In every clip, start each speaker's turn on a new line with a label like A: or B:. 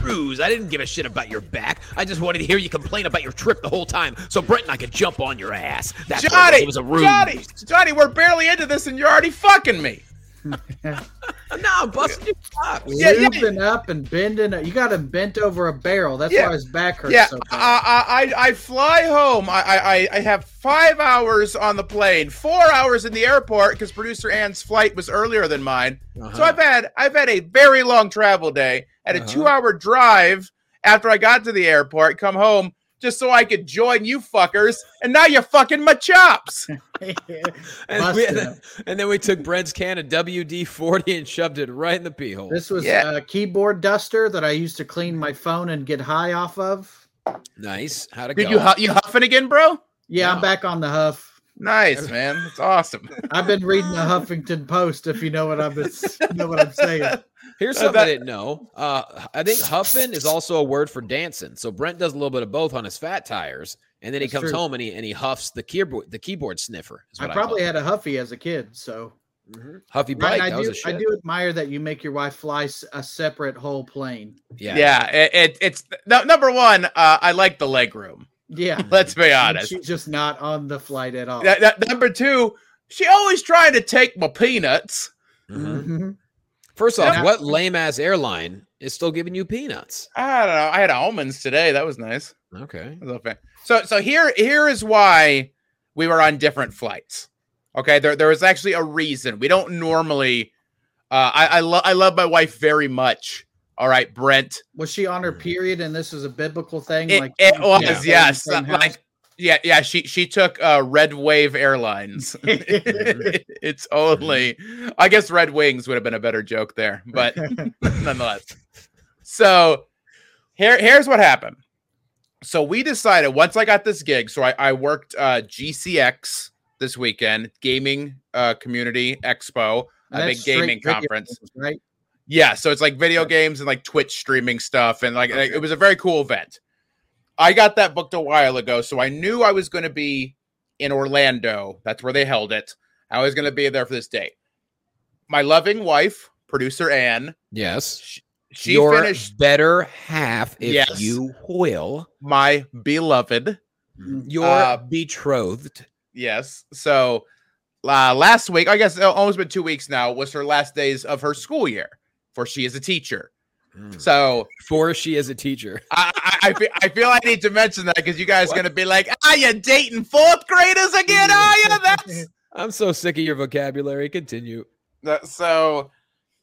A: bruise. I didn't give a shit about your back. I just wanted to hear you complain about your trip the whole time so Brent and I could jump on your ass. That's what
B: Johnny,
A: it was a ruse.
B: Johnny, Johnny, we're barely into this and you're already fucking me.
A: No, I'm busting your chops.
B: Yeah, yeah.
C: Looping up and bending. You got him bent over a barrel. That's
B: Yeah.
C: why his back hurts
B: Yeah,
C: so bad.
B: I, I, I, I fly home. I, I, I- I have five hours on the plane, four hours in the airport because producer Ann's flight was earlier than mine. So I've had, I've had a very long travel day and a
A: Uh-huh.
B: two-hour drive after I got to the airport, come home just so I could join you fuckers. And now you're fucking my chops.
A: and, we-
C: Busting him.
A: and then we took Brent's can of WD 40 and shoved it right in the pee hole.
C: This was
B: Yeah.
C: a keyboard duster that I used to clean my phone and get high off of.
A: nice. How'd it
B: Did
A: go?
B: you hu- you huffing again, bro?
C: Yeah,
A: Wow.
C: I'm back on the huff.
B: Nice, man. That's awesome.
C: I've been reading the Huffington Post, if you know what I'm you know what I'm saying.
A: Here's
B: Uh,
A: something I
B: that-
A: didn't know. Uh, I think huffing is also a word for dancing. So Brent does a little bit of both on his fat tires, and then he
C: That's
A: comes
C: true.
A: home and he and he huffs the keyboard the keyboard sniffer. Is
C: I
A: what
C: probably had a huffy as a kid, so
A: had huffy bike.
C: Ryan,
A: that
C: I
A: was
C: do
A: a shit.
C: I do admire that you make your wife fly s- a separate whole plane.
A: Yeah.
B: Yeah, it, it, it's no, number one. Uh, I like the leg room.
C: Yeah,
B: Let's be
C: and
B: honest.
C: she's just not on the flight at all.
B: That- that- number two, she always trying to take my peanuts.
A: Mhm.
C: Mhm.
A: First off,
C: Yeah.
A: what lame ass airline is still giving you peanuts?
B: I don't know. I had almonds today. That was nice.
A: Okay.
B: I love it. So, so here, here is why we were on different flights. Okay, there, there was actually a reason. We don't normally. Uh, I, I love, I love my wife very much. All right, Brent.
C: Was she on her period? And this is a biblical thing.
B: It,
C: like oh,
B: it
C: you
B: was
C: can't stay in the
B: yes,
C: same house?
B: like yeah, yeah. She she took uh, Red Wave Airlines. it's only, I guess, Red Wings would have been a better joke there, but nonetheless. So here here's what happened. So we decided once I got this gig. So I I worked uh, GCX this weekend, Gaming uh, Community Expo,
C: And
B: a
C: that's
B: big
C: straight
B: gaming
C: video
B: conference.
C: games, right?
B: Yeah, so it's like video games and like Twitch streaming stuff, and like it was a very cool event. I got that booked a while ago, so I knew I was going to be in Orlando. That's where they held it. I was going to be there for this day. My loving wife, producer Anne,
A: Yes.
B: she
A: Your
B: finished
A: better half, if
B: Yes.
A: you will.
B: my beloved.
A: Your
B: Uh,
A: betrothed.
B: Yes, so uh, last week, I guess it almost been two weeks now, was her last days of her school year, for she is a teacher.
A: Mm.
B: So
A: For she is a teacher.
B: I, I, I, feel, I feel I need to mention that because you guys are going to be like, are you dating fourth graders again? Are you? That's
A: I'm so sick of your vocabulary. Continue.
B: that, so.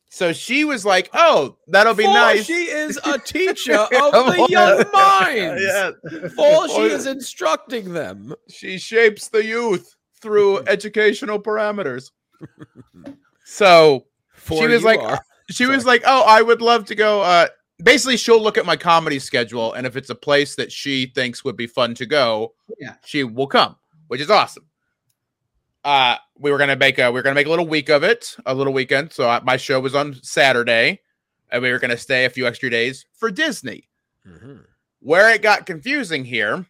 B: So she was like, "Oh, that'll be
A: For
B: nice."
A: She is a teacher of the
B: on.
A: young minds.
B: Yeah,
A: For she
B: Oh,
A: is instructing them.
B: she shapes the youth through educational parameters. So
A: For
B: was
A: you
B: like,
A: are.
B: she was like, "Oh, I would love to go." Uh, basically, she'll look at my comedy schedule, and if it's a place that she thinks would be fun to go,
C: Yeah.
B: she will come, which is awesome. Uh, we were gonna make a we were gonna make a little week of it, a little weekend. So I, my show was on Saturday, and we were gonna stay a few extra days for Disney.
A: Mm-hmm.
B: Where it got confusing here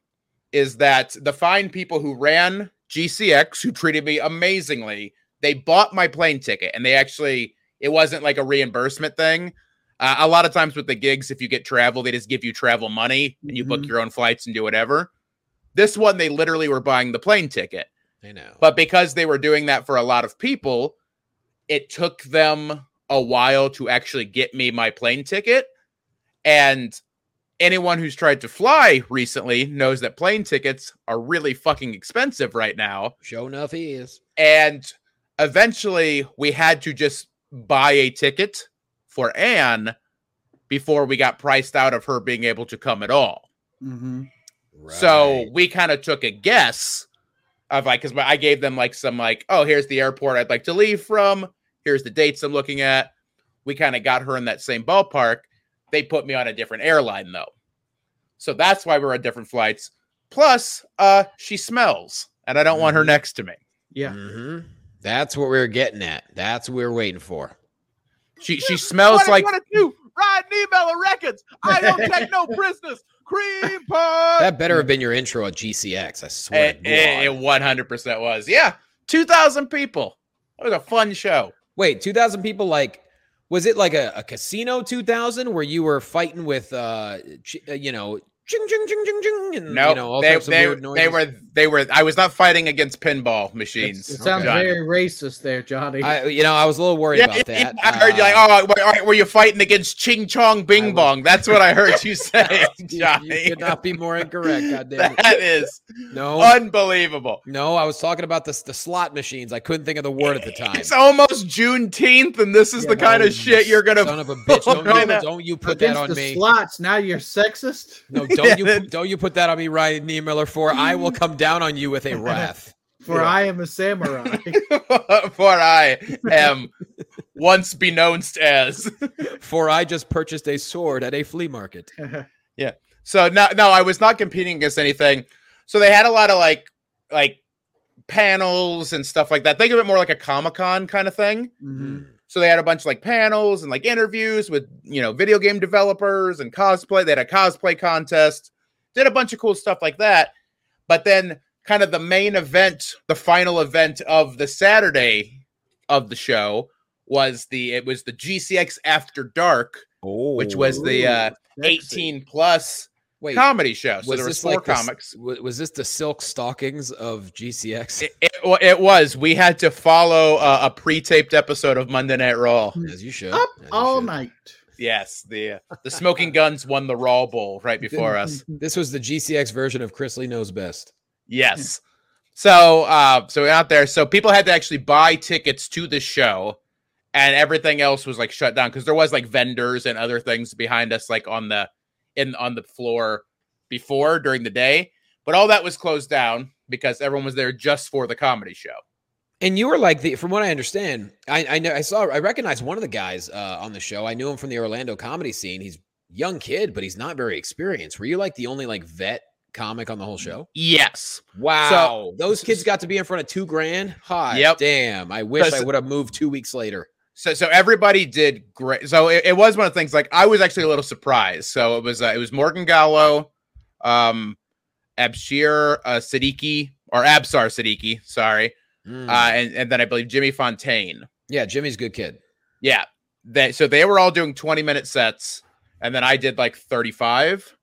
B: is that the fine people who ran GCX, who treated me amazingly, they bought my plane ticket and they actually, it wasn't like a reimbursement thing. Uh, a lot of times with the gigs, if you get travel, they just give you travel money and you book
C: Mhm.
B: your own flights and do whatever. This one, they literally were buying the plane ticket.
A: I know.
B: But because they were doing that for a lot of people, it took them a while to actually get me my plane ticket. And anyone who's tried to fly recently knows that plane tickets are really fucking expensive right now.
A: Show enough he is.
B: And eventually we had to just buy a ticket for Anne before we got priced out of her being able to come at all.
C: Mm-hmm.
B: So we kind of took a guess of like, because I gave them like some like, oh, here's the airport I'd like to leave from. Here's the dates I'm looking at. We kind of got her in that same ballpark. They put me on a different airline though, so that's why we're on different flights. Plus, uh, she smells, and I don't want her
D: Mm-hmm.
A: Mhm.
B: next to me.
C: Yeah.
A: Mhm. That's what we were getting at. That's what we were waiting for.
B: She she smells like
D: 2022, Rodney Bella Records. I don't take no prisoners. Cream pie.
A: That better have been your intro at GCX. I swear.
B: it,
A: to
B: Eh, it,
A: God.
B: it 100% was. Yeah, 2,000 people. It was a fun show.
A: Wait, two thousand people. Like, was it like a, a casino two thousand where you were fighting with, uh, ch- uh, you know, ching ching ching ching ching, and
B: No,
A: you know, all
B: they,
A: types of
B: they,
A: weird noises?
B: they were they were. I was not fighting against pinball machines.
C: It's- It sounds
B: Johnny.
C: very racist there, Johnny.
A: I, you know, I was a little worried
B: Yeah,
A: about that.
B: I heard you like,
A: Uh,
B: oh, were, all right, were you fighting against Ching Chong Bing
A: was-
B: Bong? That's what I heard you say,
A: you-
B: Johnny.
A: You could not be more incorrect. God damn it. Oh,
B: that Oh, is
A: No,
B: unbelievable.
A: no, I was talking about the the slot machines. I couldn't think of the word at the time.
B: It's almost Juneteenth, and this is
C: Yeah,
B: the kind
A: Oh,
B: of Oh, shit you're gonna.
A: Son of a bitch!
B: pull
A: Don't,
B: right
A: you,
B: now.
A: don't you put that
C: Against
A: on
C: the
A: me?
C: slots. Now you're sexist.
A: No, don't
B: Yeah,
A: you
B: that-
A: don't you put that on me, Ryan Niemiller, for I will come down on you with a wrath.
C: For
B: Yeah.
C: I am a samurai.
B: for I am once denounced as.
A: for I just purchased a sword at a flea market.
B: So no, no, I was not competing against anything. So they had a lot of like, like panels and stuff like that. Think of it more like a Comic Con kind of thing.
C: Mhm.
B: So they had a bunch of like panels and like interviews with you know video game developers and cosplay. They had a cosplay contest, did a bunch of cool stuff like that. But then kind of the main event, the final event of the Saturday of the show was the it was the GCX After Dark,
A: Oh,
B: which was the uh,
C: Ooh, sexy.
B: 18 plus
A: wait,
B: comedy show. So
A: was
B: there was
A: this
B: four
A: like the s-
B: comics.
A: wa- was, this the silk stockings of GCX?
B: It, it, wa- it was. We had to follow uh, a pre-taped episode of Monday Night Raw.
A: as you should.
C: Up
A: as you
C: all
A: should.
C: night.
B: Yes, the uh, the Smoking Guns won the Raw Bowl right before us.
A: This was the GCX version of Chris Lee knows best.
B: Yes. So uh, so we're out there. So people had to actually buy tickets to the show, and everything else was like shut down because there was like vendors and other things behind us, like on the in on the floor before during the day. But all that was closed down because everyone was there just for the comedy show.
A: And you were like the, from what I understand, I, I know I saw I recognized one of the guys uh, on the show. I knew him from the Orlando comedy scene. He's young kid, but he's not very experienced. Were you like the only like vet comic on the whole show?
B: Yes.
A: Wow. Those kids got to be in front of two grand. Hi.
B: Yep.
A: Damn. I wish I
B: Because-
A: would have moved two weeks later.
B: So so everybody did great. So it, it was one of the things like I was actually a little surprised. So it was uh, it was Morgan Gallo, um, Abshir uh, Siddiqui or Absar Siddiqui, sorry,
A: Mm.
B: uh, and and then I believe Jimmy Fontaine.
A: yeah, Jimmy's a good kid.
B: Yeah, they so they were all doing twenty minute sets, and then I did like thirty five.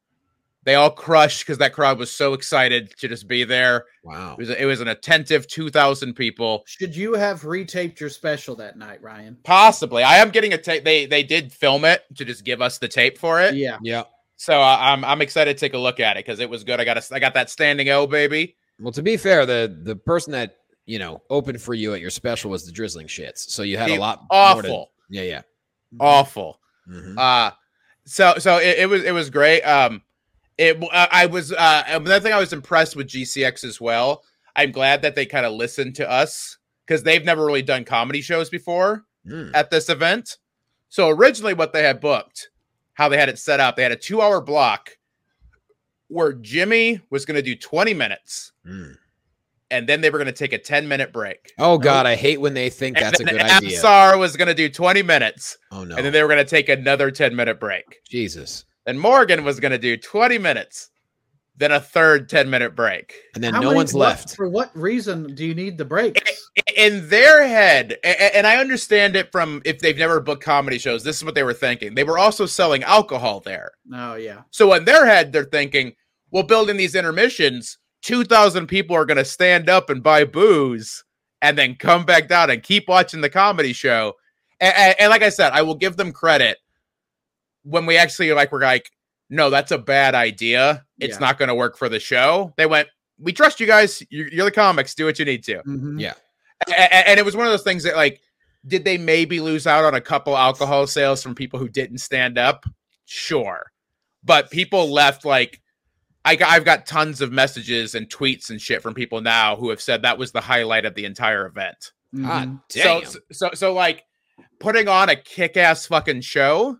B: They all crushed because that crowd was so excited to just be there.
A: Wow.
B: It was, it was an attentive two thousand people.
C: Should you have retaped your special that night, Ryan?
B: Possibly, I am getting a tape. They they did film it to just give us the tape for it.
C: Yeah.
A: Yeah.
B: So uh, I'm I'm excited to take a look at it because it was good. I got a, I got that standing O baby.
A: Well, to be fair, the the person that you know opened for you at your special was the drizzling shits. So you had a
B: The
A: lot more to-
B: Awful,
A: yeah, yeah. Oh,
B: awful.
A: Mhm.
B: Uh so so it, it was it was great. Um, it uh, I was uh another thing I was impressed with GCX as well. I'm glad that they kind of listened to us because they've never really done comedy shows before.
A: Mm.
B: at this event. So originally, what they had booked, how they had it set up, they had a two hour block where Jimmy was going to do 20 minutes
A: Mm.
B: and then they were going to take a 10 minute break.
A: Oh God, I hate when they think
B: And
A: that's a
B: then
A: good idea.
B: Absar was going to do 20 minutes
A: oh no,
B: and then they were going to take another 10 minute break.
A: Jesus!
B: And Morgan was going to do 20 minutes, then a third 10 minute break.
A: And then
C: How
A: no
C: many-
A: one's
C: what-
A: left.
C: For what reason do you need the breaks?
B: Eh, in their head, a- a- and I understand it from if they've never booked comedy shows, this is what they were thinking. They were also selling alcohol there.
C: Oh yeah.
B: So in their head, they're thinking, well, building these intermissions, 2,000 people are going to stand up and buy booze and then come back down and keep watching the comedy show. A- a- And, like I said, I will give them credit when we actually like were like, no, that's a bad idea. It's
C: Yeah.
B: not going to work for the show. They went, we trust you guys. You're, you're the comics. Do what you need to.
C: Mhm.
A: Yeah.
B: A- a- and it was one of those things that like Did they maybe lose out on a couple alcohol sales from people who didn't stand up? Sure. But people left like I got, I've got tons of messages and tweets and shit from people now who have said that was the highlight of the entire event.
C: mm-hmm.
A: God
B: So,
A: damn.
B: so so so like putting on a kick-ass fucking show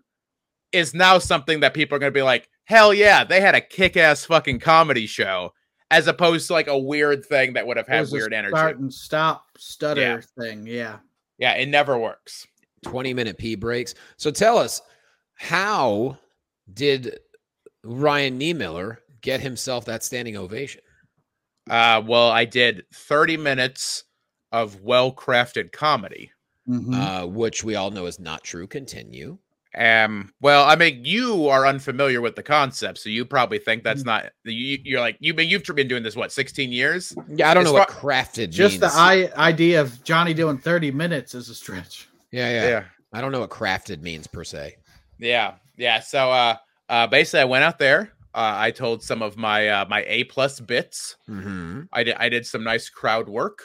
B: is now something that people are going to be like, "Hell yeah, they had a kick-ass fucking comedy show." As opposed to like a weird thing that would have
C: It
B: had
C: was a
B: weird energy.
C: Start and stop stutter thing. Yeah.
B: Yeah, it never works.
A: 20 minute pee breaks. So tell us, how did Ryan Niemiller get himself that standing ovation?
B: Uh, well, I did 30 minutes of well crafted comedy.
C: Mhm.
A: Uh, which we all know is not true. Continue.
B: Um, well, I mean, you are unfamiliar with the concept, so you probably think that's not you, you're like you mean you've been doing this what 16 years?
A: Yeah, I don't
B: As
A: know what
B: far-
A: crafted
C: Just the
A: means.
C: I- idea of Johnny doing 30 minutes is a stretch.
A: yeah, yeah, I don't know what crafted means per se.
B: Yeah, yeah. So uh uh basically I went out there. Uh I told some of my uh my A plus bits.
A: Mm-hmm.
B: I did I did some nice crowd work.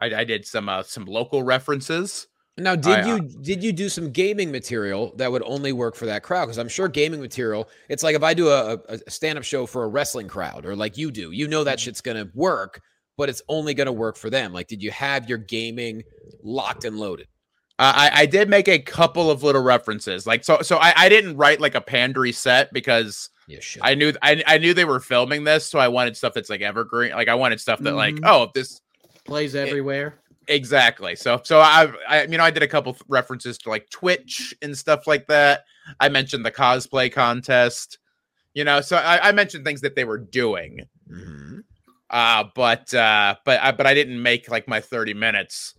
B: I, I did some uh some local references.
A: Now, did
B: I- uh,
A: you did you do some gaming material that would only work for that crowd? Because I'm sure gaming material. It's like if I do a, a- a stand up show for a wrestling crowd, or like you do, you know
B: Mm-hmm.
A: that shit's gonna work, but it's only gonna work for them. Like, did you have your gaming locked and loaded?
B: Uh, I, I did make a couple of little references. Like so so I, I didn't write like a pandery set because
A: You should.
B: I knew I, I knew they were filming this, so I wanted stuff that's like evergreen. Like I wanted stuff that like
C: Mhm.
B: oh if this
C: Plays
B: It-
C: everywhere.
B: exactly. So so I I you know I did a couple th- references to like Twitch and stuff like that. I mentioned the cosplay contest, you know. So I, I mentioned things that they were doing,
A: Mhm.
B: uh, but uh, but I, but I didn't make like my thirty minutes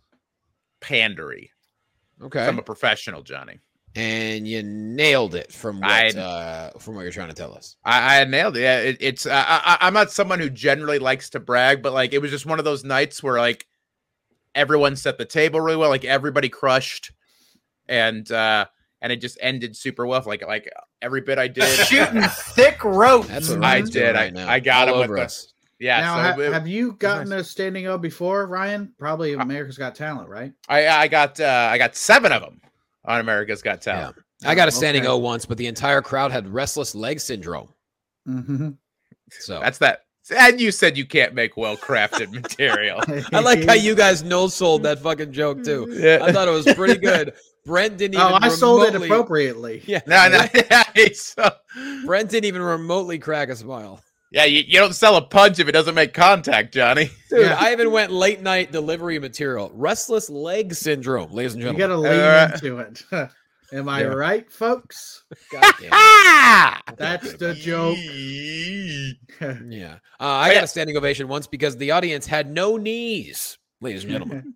B: pandery. 'cause
A: Okay,
B: I'm a professional, Johnny.
A: and you nailed it from
B: I-
A: what uh, from what you're trying to tell us.
B: I, I nailed it. Yeah, it, it's I, I, I'm not someone who generally likes to brag, but like it was just one of those nights where like everyone set the table really well, like everybody crushed, and uh and it just ended super well. Like like every bit I did,
E: Shooting thick rope.
A: That's what
C: Mhm.
A: Ryan's
B: I
A: doing
B: did. I-
A: Right now,
B: I got
A: all
B: him with
A: over
B: the-
A: us.
B: yeah.
C: now,
B: so
C: ha-
B: it-
C: have you gotten
B: nice.
C: a standing O before, Ryan? Probably America's Got Talent, right?
B: I I got uh, I got seven of them on America's Got
A: Yeah.
B: Talent.
A: I got a
C: Oh,
A: standing
C: okay.
A: O once, but the entire crowd had restless leg syndrome.
C: Mhm.
A: So
B: That's that. And you said you can't make well crafted material.
A: I like how you guys no sold that fucking joke too. I
B: Yeah.
A: thought it was pretty good. Brent didn't even.
C: Oh, I sold it
A: remotely-
C: appropriately.
A: Yeah,
B: No, no. so-
A: Brent didn't even remotely crack a smile.
B: Yeah, you, you don't sell a punch if it doesn't make contact, Johnny.
A: Dude,
C: Yeah.
A: I even went late night delivery material. Restless leg syndrome, ladies and
C: You
A: gentlemen.
C: gotta lean
B: right.
C: into it. Am I
A: Yeah.
C: right, folks?
A: God damn it.
B: Ah!
C: That's the joke.
A: Yeah, uh, I
C: Oh,
B: yeah.
A: got a standing ovation once because the audience had no knees, ladies and gentlemen.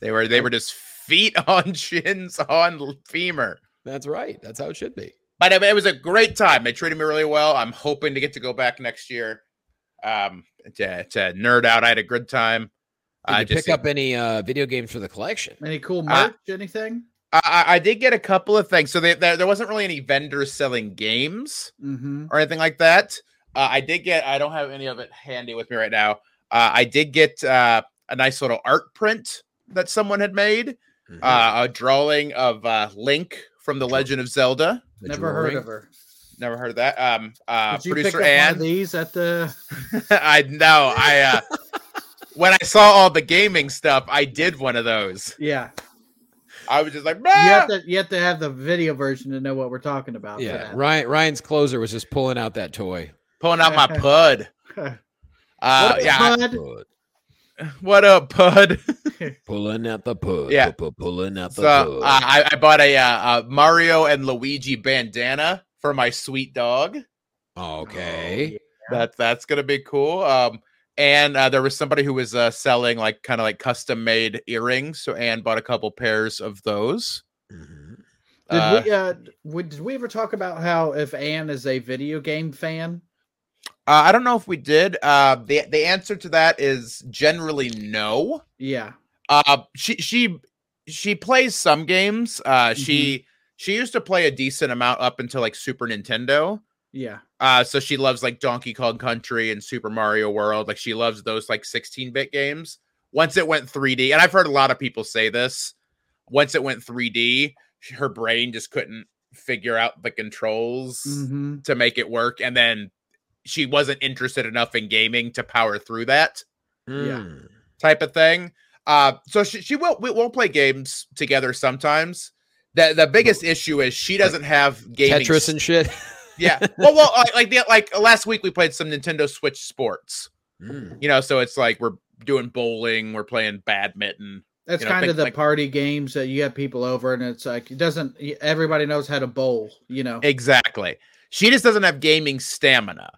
B: They were they were just feet on shins on femur.
A: That's right. That's how it should be.
B: But it, it was a great time. They treated me really well. I'm hoping to get to go back next year. Um, to, to nerd out. I had a good time.
A: Did
B: I
A: you pick up any uh, video games for the collection?
C: Any cool
B: Uh,
C: merch? anything?
B: I, I- I did get a couple of things. So they, there there wasn't really any vendors selling games.
C: Mm-hmm.
B: or anything like that. Uh, I did get, I don't have any of it handy with me right now. Uh, I did get uh, a nice little art print that someone had made,
A: Mhm.
B: uh, a drawing of uh, Link from The Legend of Zelda.
A: The
C: Never heard
A: drawing?
C: of her.
B: Never heard of that. Um, uh,
C: Did you pick
B: producer
C: up one of
B: Ann.
C: these at the?
B: I know. I, uh, when I saw all the gaming stuff, I did one of those.
C: Yeah,
B: I was just like,
C: you have
B: "Bah!"
C: to you have to have the video version to know what we're talking about. for
A: Yeah,
C: that.
A: Ryan Ryan's closer was just pulling out that toy.
B: pulling out my pud. Uh,
C: What a
B: yeah,
C: bud.
A: Pud.
B: what up, pud?
A: Pulling out the pud.
B: Yeah.
A: pu- pu- Pulling out the
B: So
A: pud.
B: uh, I, I bought a uh, uh, Mario and Luigi bandana for my sweet dog.
A: Oh, okay.
B: That that's gonna be cool. Um, and uh, there was somebody who was uh, selling like kind of like custom made earrings. So Anne bought a couple pairs of those.
C: Oh,
A: Mhm.
C: Did
B: Uh,
C: we uh would, did we ever talk about how if Anne is a video game fan?
B: uh, I don't know if we did. Uh, the the answer to that is generally no.
C: Yeah.
B: Uh, she she she plays some games. Uh, she she used to play a decent amount up until like Super Nintendo.
C: Yeah.
B: Uh, so she loves like Donkey Kong Country and Super Mario World. Like she loves those like 16 bit games. once it went 3D, and I've heard a lot of people say this. Once it went 3D, her brain just couldn't figure out the controls
C: Mhm.
B: to make it work, and then she wasn't interested enough in gaming to power through that
A: Mm.
B: type of thing. Uh, so she, she will we will play games together sometimes. The the biggest issue is she doesn't have gaming
A: Tetris and shit.
B: yeah. Well, well, like like, the, like last week we played some Nintendo Switch sports.
C: Mm-hmm.
A: Mm.
B: You know, so it's like we're doing bowling, we're playing badminton.
C: That's
B: you know,
C: kind
B: think
C: of the
B: like-
C: party games that you have people over, and it's like it doesn't. Everybody knows how to bowl, you know.
B: Exactly. She just doesn't have gaming stamina.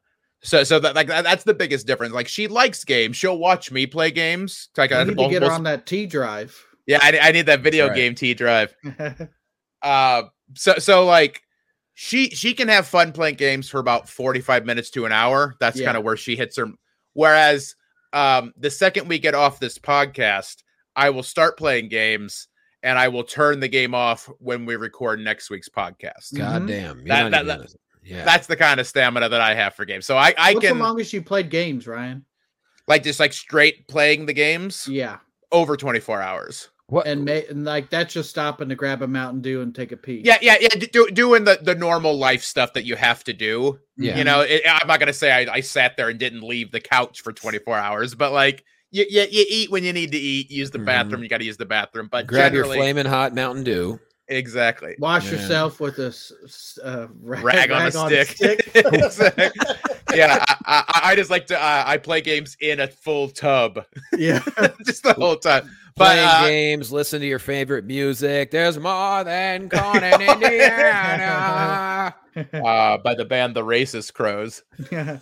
B: So so that like that- that's the biggest difference. Like she likes games. She'll watch me play games. Like uh,
C: You
B: I-
C: need to get her
B: multiple-
C: on that T drive.
B: yeah, I, I need that video
A: right.
B: game T drive. Uh, so so like she she can have fun playing games for about 45 minutes to an hour that's
C: Yeah.
B: kind of where she hits her whereas um the second we get off this podcast i will start playing games and i will turn the game off when we record next week's podcast
C: Mhm.
A: God damn. You're
B: That-
A: not
B: that-
A: even
B: that-
A: gonna- yeah.
B: that's the kind of stamina that i have for games so i i
C: What's
B: can
C: the longest you played games, Ryan?
B: like just like straight playing the games
C: Yeah,
B: over 24 hours
A: what?
C: and, ma- and like that's just stopping to grab a Mountain Dew and take a pee.
B: yeah yeah yeah d- do, doing the the normal life stuff that you have to do
A: yeah.
B: You know, it, I'm not gonna say I, I sat there and didn't leave the couch for 24 hours, but like you you, you eat when you need to eat, use the
A: Mhm.
B: bathroom, you got to use the bathroom. But
A: grab your
B: generally,
A: flaming hot Mountain Dew.
B: exactly,
C: Wash
A: Yeah.
C: yourself with a s- s- uh, ra-
B: rag, on, a stick. Exact- yeah, I, I, I just like to. Uh, I play games in a full tub,
C: yeah,
B: just the whole time. But
A: Playing
B: uh,
A: games, listen to your favorite music. There's more than corn in Indiana.
B: uh, by the band The Racist Crows.
C: yeah.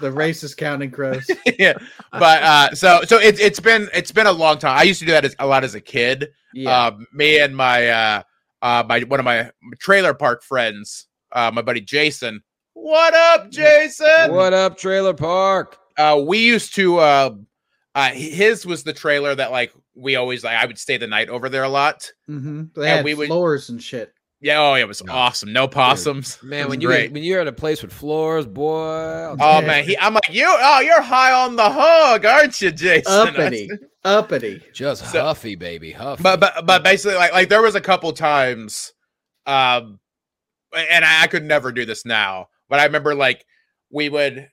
C: The racist counting crows.
B: yeah, but uh, so so it's it's been it's been a long time. I used to do that as, a lot as a kid.
C: Yeah,
B: Uh, me and my uh, uh, my one of my trailer park friends, uh, my buddy Jason. What
C: Mm.
B: up, Jason?
A: what up, Trailer Park?
B: Uh, we used to. Uh, uh, his was the trailer that like we always like. I would stay the night over there a lot.
C: hmm they
B: and
C: had
B: we would-
C: floors and shit.
B: Yeah, oh, it was
A: Yeah.
B: awesome. No possums.
A: Man,
B: It
A: when
B: was
A: you
B: great.
A: when you're at a place with floors, boy. I'll
B: Oh
A: tell you,
B: man, he, I'm like you. Oh, you're high on the hog, aren't you, Jason?
C: Uppity, uppity.
A: just
B: So-
A: huffy, baby, huffy.
B: but but but basically like like there was a couple times um and I, I could never do this now but i remember like we would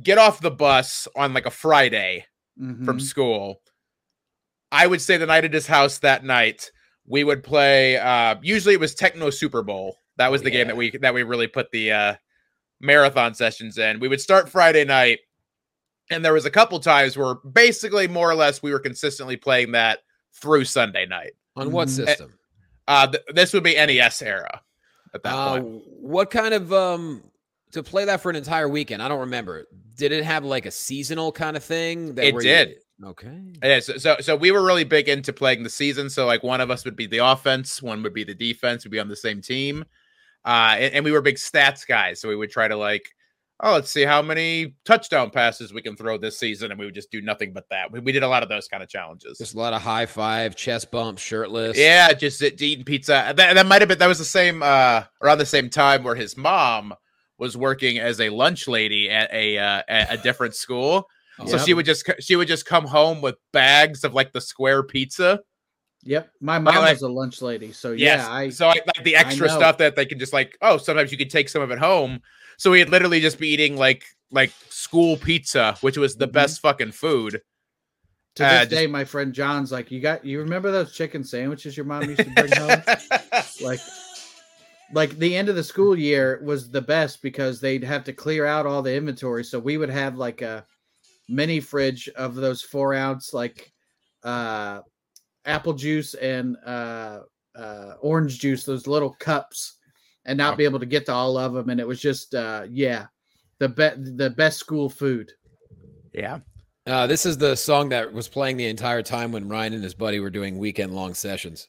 B: get off the bus on like a friday from
C: Mhm.
B: school i would stay the night at his house that night we would play uh usually it was techno super bowl that was the game that we that we really put the uh marathon sessions in we would start friday night and there was a couple times where basically more or less we were consistently playing that through sunday night
A: on what
C: Mhm.
A: system?
B: uh, th- this would be NES era at that
A: Uh,
B: point.
A: what kind of um to play that for an entire weekend? I don't remember. Did it have like a seasonal kind of thing? That
B: It
A: where
B: did.
A: You, okay.
B: Yeah, so, so so we were really big into playing the season. So like one of us would be the offense, one would be the defense. We'd be on the same team, uh, and, and we were big stats guys. So we would try to like, oh, let's see how many touchdown passes we can throw this season, and we would just do nothing but that. We, we did a lot of those kind of challenges.
A: Just a lot of high five, chest bump, shirtless.
B: Yeah, just sit- eating pizza. That, that might have been that was the same uh around the same time where his mom was working as a lunch lady at a uh, at a different school. So
C: Yep.
B: she would just co- she would just come home with bags of like the square pizza.
C: Yep, my mom
B: like-
C: was a lunch lady, so
B: Yes.
C: yeah, I
B: so like, like the extra
C: know.
B: stuff that they can just like oh sometimes you could take some of it home. So we'd literally just be eating like like school pizza, which was the
C: Mhm.
B: best fucking food.
C: to
B: uh,
C: this
B: just-
C: day, my friend John's like, you got you remember those chicken sandwiches your mom used to bring home? like like the end of the school year was the best because they'd have to clear out all the inventory so we would have like a mini fridge of those four ounce like uh apple juice and uh uh orange juice those little cups and not be able to get to all of them and it was just uh yeah the best the best school food
B: yeah.
A: Uh, this is the song that was playing the entire time when Ryan and his buddy were doing weekend long sessions.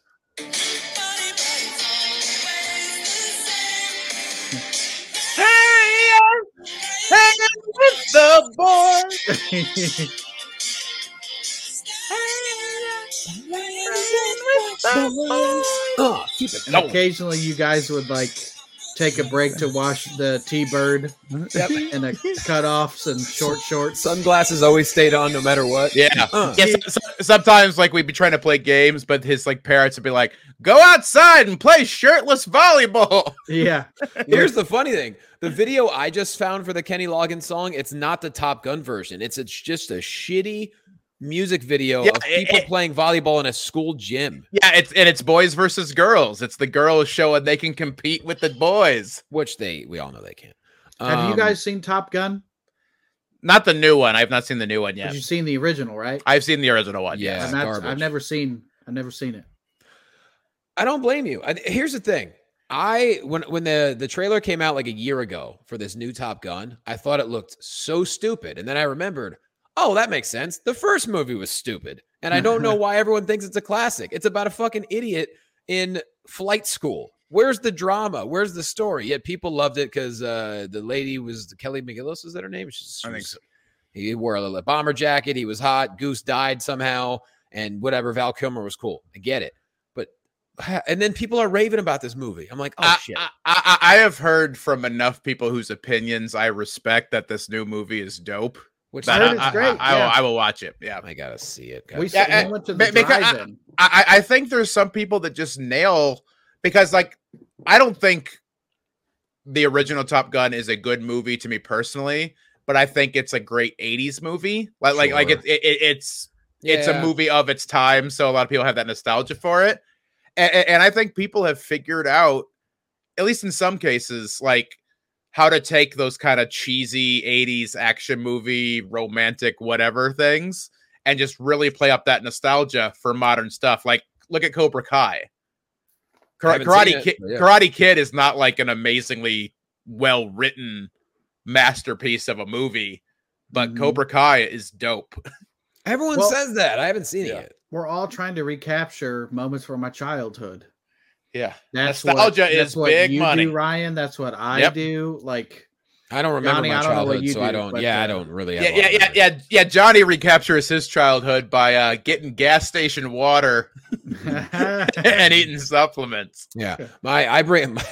B: Hey, I'm hanging with the boys.
A: Oh, keep it.
B: No.
C: occasionally you guys would like take a break to wash the T bird and the cutoffs and short shorts.
F: Sunglasses always stayed on no matter what.
B: Yeah.
F: Uh,
B: Yeah, so- so- sometimes like we'd be trying to play games, but his like parents would be like, "Go outside and play shirtless volleyball."
C: Yeah.
A: Here's the funny thing: the video I just found for the Kenny Loggins song, it's not the Top Gun version. It's it's just a shitty music video
B: Yeah,
A: of
B: it-
A: people
B: it-
A: playing volleyball in a school gym,
B: Yeah, it's and it's boys versus girls. It's the girls showing they can compete with the boys.
A: which they we all know they can't.
C: Have you
A: Um,
C: guys seen Top Gun?
B: Not the new one. I've not seen the new one
C: But
B: yet.
C: You've seen the original, right?
B: I've seen the original one. Yeah.
A: Yeah.
C: I've, not,
A: garbage.
C: I've never seen. I've never seen it.
A: I don't blame you. And here's the thing. I when when the the trailer came out like a year ago for this new Top Gun, I thought it looked so stupid. And then I remembered, oh, that makes sense. The first movie was stupid. And I don't know why everyone thinks it's a classic. It's about a fucking idiot in flight school. Where's the drama? Where's the story? Yet people loved it because uh, the lady was Kelly McGillis. Is that her name? She's,
B: I think
A: she's- He wore a little bomber jacket. He was hot. Goose died somehow, and whatever. Val Kilmer was cool. I get it, but and then people are raving about this movie. I'm like, oh
B: I,
A: shit.
B: I, I, I have heard from enough people whose opinions I respect that this new movie is dope.
A: Which
B: That
C: heard
B: I,
C: it's
B: I-
C: great,
B: I- I will-
C: yeah.
B: I will watch it. Yeah.
A: I gotta see it.
C: We,
A: God.
C: saw
B: Yeah,
C: we went to
B: be-
C: the
B: because I-
C: drive-in.
B: I, I I think there's some people that just nail because like I don't think the original Top Gun is a good movie to me personally, but I think it's a great '80s movie. Like like like it,
A: Sure.
B: it, it it's it's a
A: Yeah.
B: movie of its time, so a lot of people have that nostalgia for it, and, and I think people have figured out, at least in some cases, like how to take those kind of cheesy 80s action movie romantic whatever things and just really play up that nostalgia for modern stuff like look at cobra kai
A: I
B: Kara-
A: haven't seen
B: karate
A: it,
B: kid
A: but yeah.
B: karate kid is not like an amazingly well written masterpiece of a movie but
A: Mm-hmm.
C: Mhm.
B: cobra kai is dope
A: Everyone
C: Well-
A: says that. I haven't seen it
B: Yeah.
A: yet.
C: We're all trying to recapture moments from my childhood.
B: yeah
C: That's
B: Nostalgia
C: what,
B: is
C: that's what
B: big
C: you
B: money.
C: do, Ryan. That's what I
B: Yep.
C: do. Like,
A: I don't remember
C: Johnny,
A: my
C: I don't know what
A: childhood,
C: you
A: so I
C: do,
A: don't.
C: but,
A: Yeah, I
C: uh,
A: don't really. Have
B: yeah
A: a
B: yeah
A: lot of
B: yeah
A: memories.
B: yeah yeah johnny recaptures his childhood by uh getting gas station water and eating supplements
A: Yeah, my I bring my,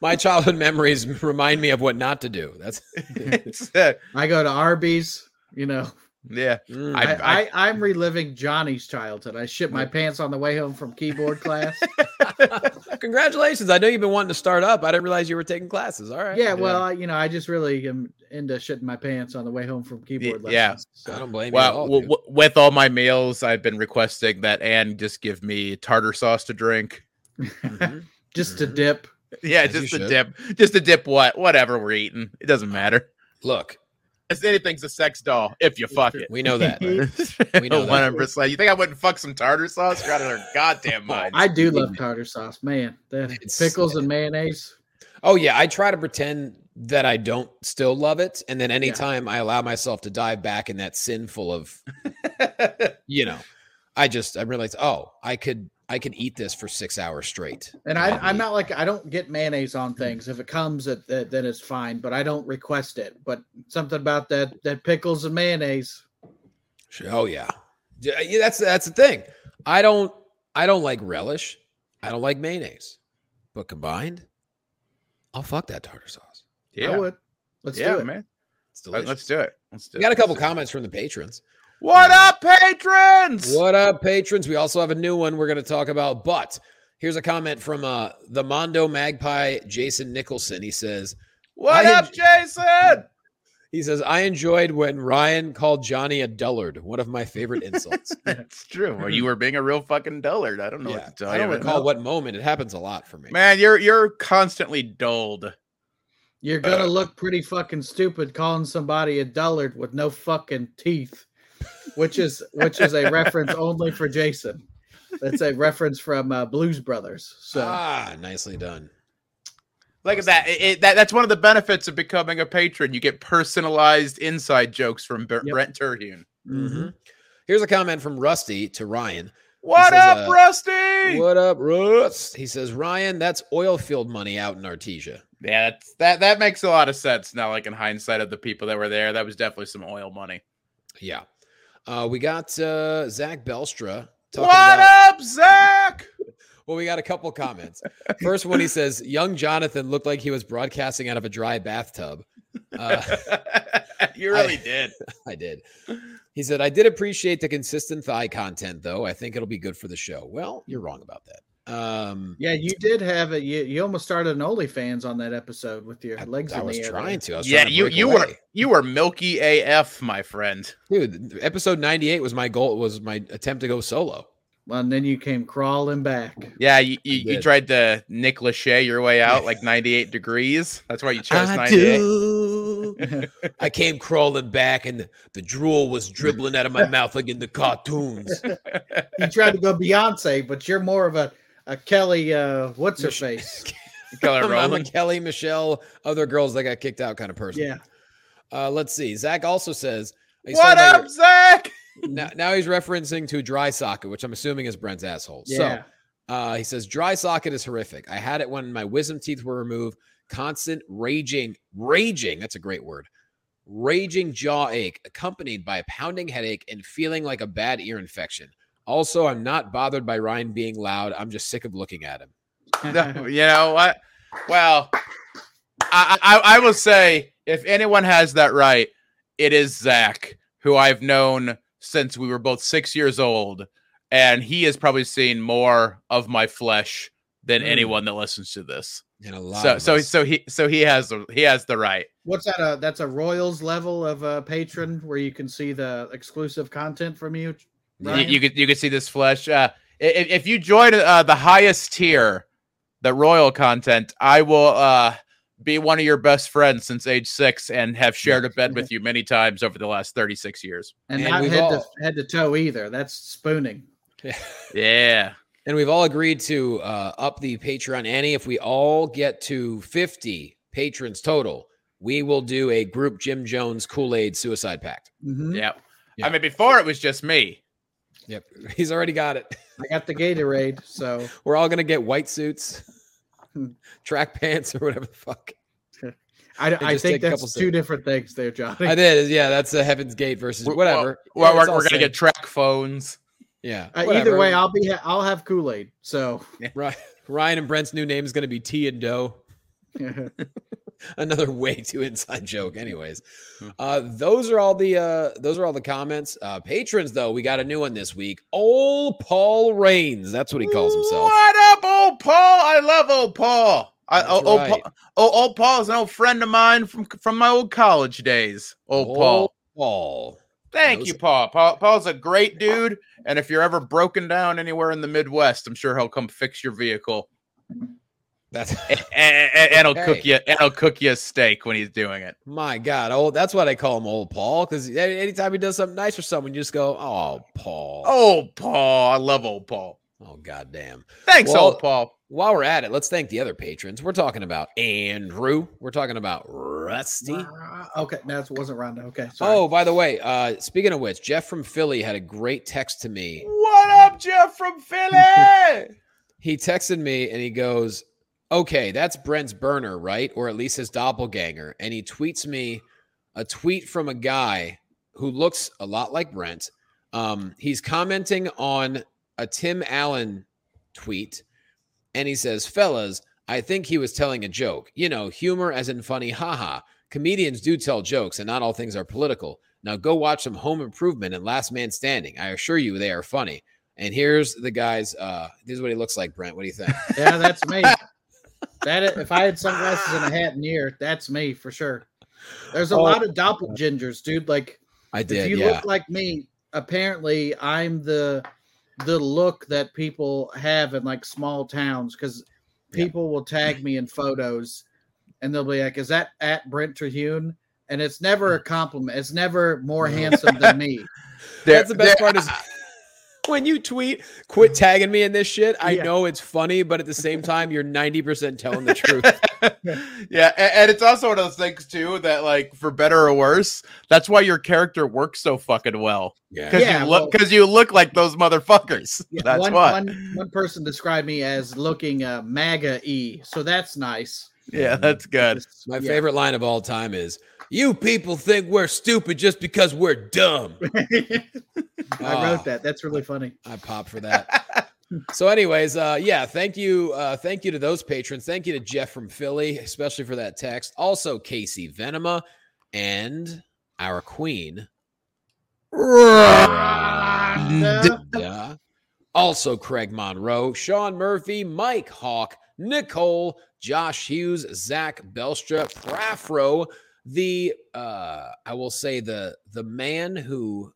A: my childhood memories remind me of what not to do. That's
B: It's, uh,
C: I go to Arby's. You know,
B: yeah
A: Mm.
B: I-
C: I, I, I, am reliving Johnny's childhood. I shit my pants on the way home from keyboard class.
A: congratulations. I know you've been wanting to start up. I didn't realize you were taking classes. All right.
C: yeah, well, I, you know, I just really am into shitting my pants on the way home from keyboard
B: yeah.
C: lessons.
A: I don't blame you. At
B: Well,
A: all,
B: w-
A: dude.
B: w- with all my meals, I've been requesting that Anne just give me tartar sauce to drink.
A: Mhm.
C: just to dip.
B: Yeah,
A: As you
B: just to
A: should.
B: dip, just to dip what, whatever we're eating. It doesn't matter.
A: Look,
B: It's anything's a sex doll if you fuck it.
A: we know that. We know that.
B: One hundred percent. You think I wouldn't fuck some tartar sauce? You're out of their
A: Oh,
B: goddamn mind.
C: I do love tartar sauce, man. The
A: It's-
C: pickles and mayonnaise.
A: Oh yeah, I try to pretend that I don't still love it, and then anytime I allow myself to dive back in that sinful of, you know, I just I realize oh I could I could eat this for six hours straight.
C: And I,
A: I'd
C: I'm
A: eat-
C: not like I don't get mayonnaise
A: Mm.
C: on things. If it comes, it, it, then it's fine. But I don't request it. But something about that that pickles and mayonnaise.
A: Oh yeah, yeah. yeah, That's that's the thing. I don't I don't like relish. I don't like mayonnaise, but combined, I'll fuck that tartar sauce.
C: I
B: yeah,
C: would. Let's
B: yeah,
C: do it.
B: man.
A: It's
B: Let-
A: delicious.
B: Let's do it. Let's do
A: we got a
B: it.
A: couple comments from the patrons.
B: What up, patrons?
A: What up, patrons? We also have a new one we're going to talk about. But here's a comment from uh, the Mondo Magpie, Jason Nicholson. He says,
B: What
A: I
B: up, Jason?
A: "He says I enjoyed when Ryan called Johnny a dullard, one of my favorite insults.
B: It's true. Well, you were being a real fucking dullard. I don't know
A: Yeah,
B: what to tell
A: I
B: you.
A: don't
B: man.
A: recall what moment. It happens a lot for me.
B: Man, you're you're constantly dulled.
C: You're
A: Uh,
C: gonna look pretty fucking stupid calling somebody a dullard with no fucking teeth, which is which is a reference only for Jason. That's a reference from uh, Blues Brothers. So
A: Ah, nicely done.
B: Look at that. It, it- that. That's one of the benefits of becoming a patron. You get personalized inside jokes from Bre-
C: Yep.
B: Brent Terhune.
C: Mm-hmm.
A: Mhm. Here's a comment from Rusty to Ryan.
B: What
A: says,
B: up,
A: uh,
B: Rusty?
A: What up, Russ? He says, Ryan, that's oil field money out in Artesia.
B: Yeah, that's, that that makes a lot of sense now. Like in hindsight of the people that were there, that was definitely some oil money.
A: Yeah. Uh, we got uh, Zach Belstra talking
B: What
A: about
B: up, Zach?
A: Well, we got a couple comments. First one, he says, "Young Jonathan looked like he was broadcasting out of a dry bathtub." Uh,
B: you really did.
A: I did. He said, I did appreciate the consistent thigh content, though. I think it'll be good for the show. Well, you're wrong about that. Um,
C: Yeah, you did have it. You, you almost started an OnlyFans on that episode with your
A: I,
C: legs.
A: I
C: in
A: was
C: the air
A: trying to. I was
B: Yeah,
A: trying to
B: you
A: break
B: you were
A: away.
B: you were milky AF, my friend.
A: dude. Episode 98 was my goal. Was my attempt to go solo.
C: Well, and then you came crawling back.
B: Yeah, you, you, you
A: did.
B: tried to Nick Lachey your way out like 98 degrees. That's why you chose 98.
A: do. I came crawling back, and the, the drool was dribbling out of my mouth like in the cartoons.
C: You tried to go Beyonce, but you're more of a, a Kelly. Uh, what's her
A: Mich-
C: face?
B: Keller
A: I'm, I'm a
B: Rowland.
A: Kelly, Michelle, other girls that got kicked out kind of person.
C: Yeah,
A: Uh, let's see. Zach also says, he sounds
B: What
A: like
B: up, Zach?
A: now, now he's referencing to dry socket, which I'm assuming is Brent's asshole.
C: yeah.
A: So uh, he says dry socket is horrific. I had it when my wisdom teeth were removed. Constant raging, raging. That's a great word. Raging jaw ache, accompanied by a pounding headache and feeling like a bad ear infection. Also, I'm not bothered by Ryan being loud. I'm just sick of looking at him.
B: No, you know what? Well, I, I I will say if anyone has that right, it is Zach, who I've known since we were both six years old, and he has probably seen more of my flesh than
C: Mm.
B: anyone that listens to this.
A: And a lot.
B: So
A: of
B: so
A: us-
B: so he so he has the he has the right.
C: What's that? Uh, that's a Royals level of uh, patron where you can see the exclusive content from you.
B: You-
C: Ryan?
B: You, could you could see this flesh. Uh, i- i- if, you join uh, the highest tier, the royal content, I will uh, be one of your best friends since age six and have shared a bed with you many times over the last thirty six years.
C: And,
A: And
C: not
A: we've
C: head
A: all-
C: to head to toe either. That's spooning.
A: Mm-hmm.
B: Yeah,
A: And we've all agreed to uh, up the Patreon Annie. If we all get to 50 patrons total, we will do a group Jim Jones Kool Aid suicide pact.
C: Mhm.
B: yeah.
A: Yeah.
B: I mean, before it was just me.
A: Yep. He's already got it.
C: I got the Gatorade, so
A: We're all going to get white suits,
C: Hmm.
A: track pants, or whatever the fuck.
C: I, I
A: just
C: think
A: take a
C: that's
A: couple
C: two different things there, Johnny.
A: I did. Yeah, that's a Heaven's Gate versus
B: Well,
A: whatever.
B: Well,
A: Yeah,
B: we're,
A: it's all
B: we're gonna
A: same.
B: get track phones.
A: Yeah.
C: Uh, either
A: whatever.
C: way, I'll be ha- I'll have Kool Aid. So
A: Ry- Ryan and Brent's new name is going to be T and Doe. another way too inside joke anyways uh those are all the uh those are all the comments uh patrons though we got a new one this week old paul rains that's what he calls himself
B: What up, old Paul? I love old Paul. I,
A: That's
B: oh, old
A: right.
B: Paul, oh, old Paul's an old friend of mine from from my old college days. old
A: Oh,
B: Paul.
A: paul
B: Thank
A: Those-
B: you, Paul. Paul. Paul's a great dude, and if you're ever broken down anywhere in the Midwest, I'm sure he'll come fix your vehicle,
A: that's
B: and, and, he'll cook
A: Okay.
B: you, and he'll cook you a steak when he's doing it.
A: my god oh that's what i call him old paul because anytime he does something nice for someone you just go oh paul oh,
B: Oh, Paul, I love old Paul.
A: oh god damn
B: Thanks,
A: Well-
B: old Paul.
A: while we're at it let's thank the other patrons we're talking about andrew we're talking about rusty
C: Uh, okay, no, it wasn't Rhonda. Okay, sorry.
A: Oh, by the way, uh, speaking of which, Jeff from Philly had a great text to me
B: What up, Jeff from Philly?
A: he texted me and he goes, Okay, that's Brent's burner, right? Or at least his doppelganger. And he tweets me a tweet from a guy who looks a lot like Brent. Um, he's commenting on a Tim Allen tweet and he says, Fellas, I think he was telling a joke. You know, humor as in funny, haha. Comedians do tell jokes and not all things are political. Now go watch some Home Improvement and Last Man Standing. I assure you they are funny. And here's the guy's. Uh, this is what he looks like, Brent. What do you think?
C: yeah, that's me. That i- if I had sunglasses and a hat and ear, that's me for sure. There's a
A: Oh.
C: lot of doppelgangers, dude. Like
A: I
C: if
A: did.
C: you
A: Yeah.
C: look like me, apparently I'm the the look that people have in like small towns because
A: Yeah.
C: people will tag me in photos and they'll be like, "Is that at Brent Terhune?" And it's never a compliment. It's never more handsome than me.
A: That's the best part is when you tweet, quit tagging me in this shit. I
C: Yeah.
A: know it's funny, but at the same time, you're 90% telling the truth.
B: yeah, and, and it's also one of those things too that, like, for better or worse, that's why your character works so fucking well because
C: Yeah,
B: you look
C: well-
B: because you look like those motherfuckers.
C: Yeah,
B: that's
C: one,
B: why.
C: one- one person described me as looking uh, MAGA e, so that's nice.
B: Yeah, that's good.
C: Just-
A: My
C: yeah.
A: favorite line of all time is, You people think we're stupid just because we're dumb.
C: I
A: Ah.
C: wrote that. That's really funny.
A: I pop for that. So, anyways, uh, yeah, thank you, uh, thank you to those patrons. Thank you to Jeff from Philly, especially for that text. Also, Casey Venema and our queen. Rhonda. Also, Craig Monroe, Sean Murphy, Mike Hawk, Nicole, Josh Hughes, Zach Belstra, Prafro, the uh, I will say the the man who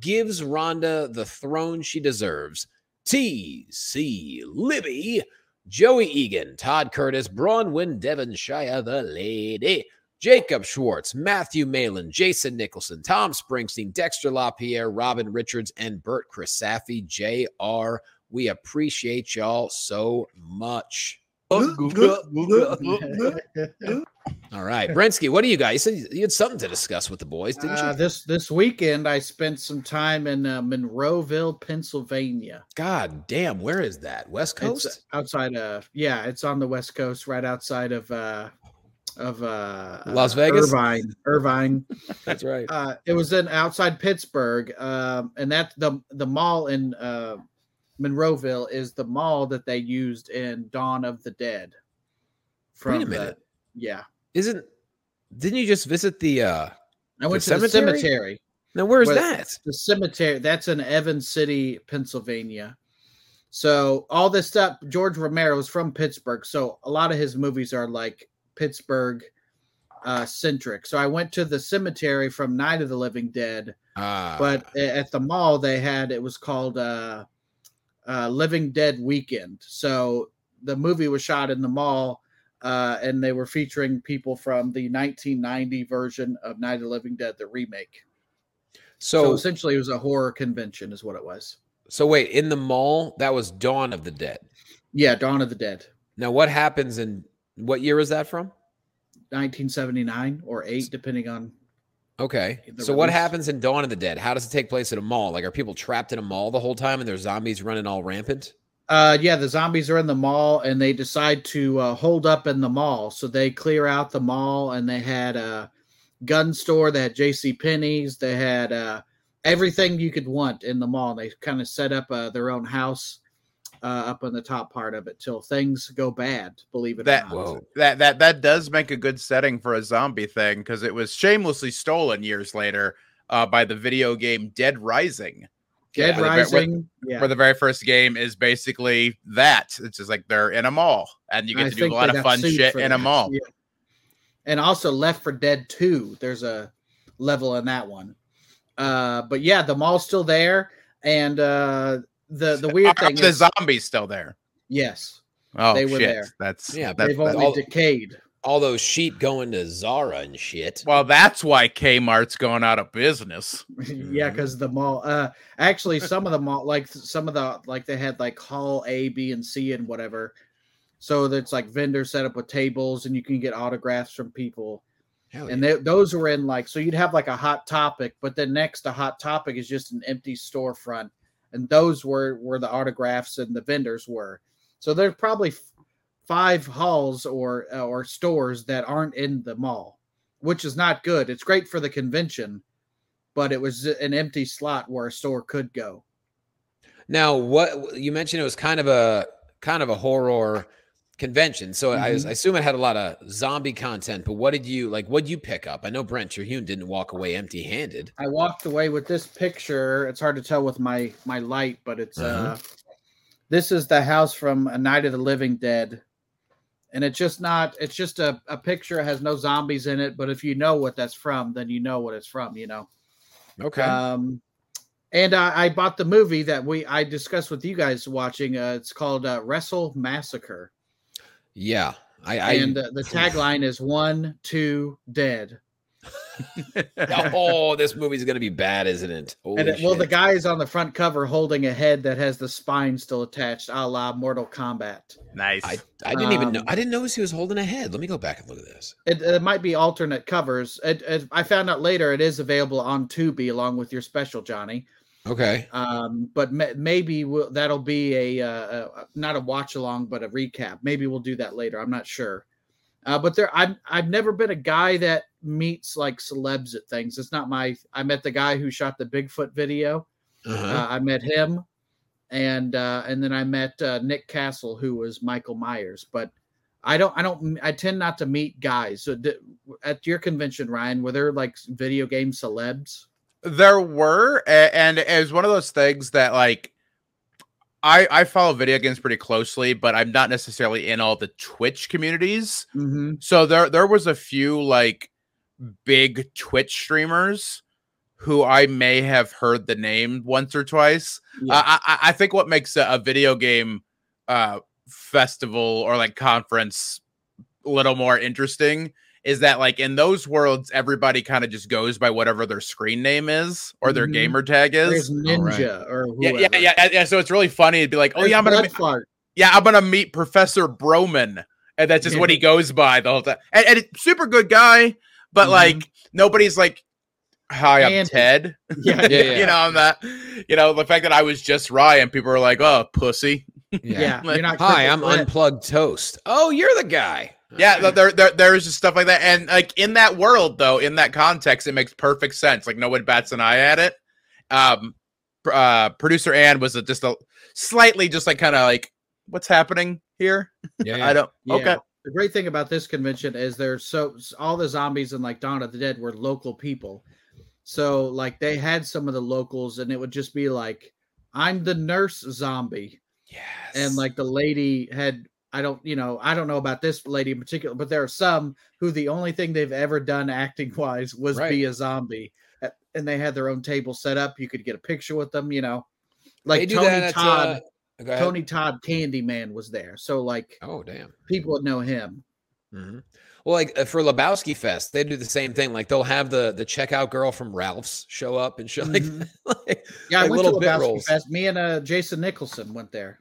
A: gives Rhonda the throne she deserves. T.C. Libby, Joey Egan, Todd Curtis, Bronwyn Devonshire, the lady, Jacob Schwartz, Matthew Malin, Jason Nicholson, Tom Springsteen, Dexter LaPierre, Robin Richards, and Bert Crisafi, Jr. We appreciate y'all so much. All right, Brensky, what do you guys? You said you had something to discuss with the boys, didn't you?
C: Uh, this this weekend, I spent some time in uh, Monroeville, Pennsylvania.
A: God damn, where is that? West Coast?
C: It's outside of yeah, it's on the west coast, right outside of uh, of uh,
A: Las
C: uh,
A: Vegas?
C: Irvine, Irvine.
A: That's right.
C: uh, it was in outside Pittsburgh, um, and that the the mall in uh, Monroeville is the mall that they used in Dawn of the Dead.
A: Wait a
C: the-
A: minute.
C: yeah,
A: Isn't didn't you just visit the uh
C: I went
A: The
C: to the
A: cemetery?
C: cemetery.
A: now where's
C: Well,
A: that?
C: the cemetery that's in Evan City, Pennsylvania. So all this stuff, George Romero is from Pittsburgh, so a lot of his movies are like Pittsburgh uh, centric. So I went to the cemetery from Night of the Living Dead,
A: Ah,
C: Uh, but a- at the mall they had it was called uh, uh, Living Dead Weekend. So the movie was shot in the mall, uh, and they were featuring people from the 1990 version of Night of the Living Dead, the remake. So,
A: so
C: essentially, it was a horror convention, is what it was.
A: so wait, in the mall, that was Dawn of the Dead.
C: Yeah, Dawn of the Dead,
A: Now what happens in what year is that from?
C: 1979 or eight, depending on.
A: Okay.
C: The
A: So what
C: release.
A: happens in Dawn of the Dead? How does it take place at a mall? Like are people trapped in a mall the whole time and there's zombies running all rampant?
C: Uh, yeah, the zombies are in the mall, and they decide to uh, hold up in the mall. So they clear out the mall, and they had a gun store, they had J.C. Penney's, they had uh, everything you could want in the mall. They kind of set up uh, their own house uh, up on the top part of it till things go bad. Believe it
B: That-
C: or not.
A: Whoa.
B: that that that does make a good setting for a zombie thing because it was shamelessly stolen years later uh, by the video game Dead Rising,
C: Dead
B: Yeah, the-
C: Rising. yeah.
B: where the very first game is basically that. It's just like they're in a mall and you get
C: I
B: to do
C: think
B: a
C: they
B: lot of
C: got
B: fun
C: sued
B: shit
C: for
B: in a
C: that,
B: mall.
C: yeah. And also Left for Dead 2. There's a level in that one. Uh but yeah, the mall's still there. And uh the the weird
B: Are
C: thing
B: the
C: is
B: zombies still there?
C: yes,
B: Oh
C: They were
B: shit!
C: there.
B: That's
A: Yeah,
B: yeah.
A: but
B: That,
C: they've only
B: that-
A: all-
C: decayed.
A: All those sheep going to Zara and shit.
B: well, that's why Kmart's going out of business.
C: yeah, because the mall uh actually some of the mall like some of the like they had like hall A, B, and C and whatever. So that's like vendors set up with tables and you can get autographs from people.
A: Hell
C: and they, those were in like so you'd have like a hot topic but then next to hot topic is just an empty storefront and those were where the autographs and the vendors were so there's probably f- five halls or uh, or stores that aren't in the mall which is not good it's great for the convention but it was an empty slot where a store could go
A: Now, what you mentioned it was kind of a kind of a horror convention, so I,
C: Mm-hmm.
A: was- I assume it had a lot of zombie content. But what did you like? What did you pick up? I know Brent, your Hune didn't walk away empty-handed.
C: I walked away with this picture. It's hard to tell with my my light, but it's
A: Uh-huh.
C: uh this is the house from A Night of the Living Dead. And it's just not it's just a, a picture it has no zombies in it, but if you know what that's from, then you know what it's from, you know.
A: Okay,
C: Um and I, I bought the movie that we I discussed with you guys watching. Uh, it's called uh, Wrestle Massacre,
A: yeah, I, I
C: and uh, the tagline is "One, Two, Dead."
A: oh, this movie's gonna be bad, isn't it?
C: uh, And
A: Holy
C: it, well, the
A: shit.
C: guy is on the front cover holding a head that has the spine still attached, a la Mortal Kombat.
B: Nice.
A: I, I didn't even know.
C: um,
A: I didn't notice he was holding a head. Let me go back and look at this.
C: It, it might be alternate covers. It, it, I found out later it is available on Tubi along with your special, Johnny.
A: Okay,
C: Um, but ma- maybe we'll, that'll be a, uh, a not a watch along, but a recap. Maybe we'll do that later. I'm not sure. Uh, but there, I've I've never been a guy that meets like celebs at things. It's not my. Uh, I met the guy who shot the Bigfoot video.
A: uh-huh.
C: Uh, I met him, and uh, and then I met uh, Nick Castle, who was Michael Myers. But I don't, I don't, I tend not to meet guys. So d- at your convention, Ryan, were there like video game celebs?
B: There were, a- and it was one of those things that like I I follow video games pretty closely, but I'm not necessarily in all the Twitch communities.
C: Mm-hmm.
B: So there there was a few like big Twitch streamers who I may have heard the name once or twice.
C: Yeah.
B: Uh, I I- I think what makes a, a video game uh festival or like conference a little more interesting is that like in those worlds everybody kind of just goes by whatever their screen name is or their
C: Mhm.
B: gamer tag
C: There's
B: is.
C: Ninja or whoever.
B: Yeah, yeah, yeah, yeah, yeah. So it's really funny to be like, oh
C: There's
B: yeah, I'm gonna
C: Blood
B: ma-
C: Fart.
B: yeah, I'm gonna meet Professor Broman, and that's just what he goes by the whole time. And, and it's super good guy, but
C: Mhm.
B: like nobody's like, hi, I'm
C: Andy.
B: Ted.
C: Yeah,
A: Yeah, yeah.
B: you know, I'm not. You know, the fact that I was just Ryan, people were like, oh, pussy.
C: yeah.
B: Like,
C: You're not
A: Hi,
C: Crippled
A: I'm
C: Lip.
A: Unplugged Toast. Oh, you're the guy.
B: Yeah, th- there, there, there's just stuff like that, and like in that world, though, in that context, it makes perfect sense. Like no one bats an eye at it. Um, pr- uh, producer Ann was a, just a slightly, just like kind of like, what's happening here?
A: Yeah,
B: I don't.
C: Yeah.
B: Okay.
C: The great thing about this convention is there's so all the zombies and like Dawn of the Dead were local people. So like they had some of the locals and it would just be like I'm the nurse zombie
B: Yes.
C: and like the lady had I don't you know I don't know about this lady in particular but there are some who the only thing they've ever done acting wise was
A: Right.
C: be a zombie A- and they had their own table set up you could get a picture with them you know like
A: do
C: Tony
A: that at,
C: Todd
A: uh, go ahead.
C: Tony Todd Candyman was there so like
A: Oh, damn.
C: people would know him
A: hmm Well, like uh, for Lebowski Fest, they do the same thing. Like they'll have the the checkout girl from Ralph's show up and show
C: Mhm.
A: like, like,
C: Yeah,
A: like
C: I went
A: little
C: to
A: bit
C: Lebowski
A: rolls.
C: Fest. Me and uh, Jason Nicholson went there.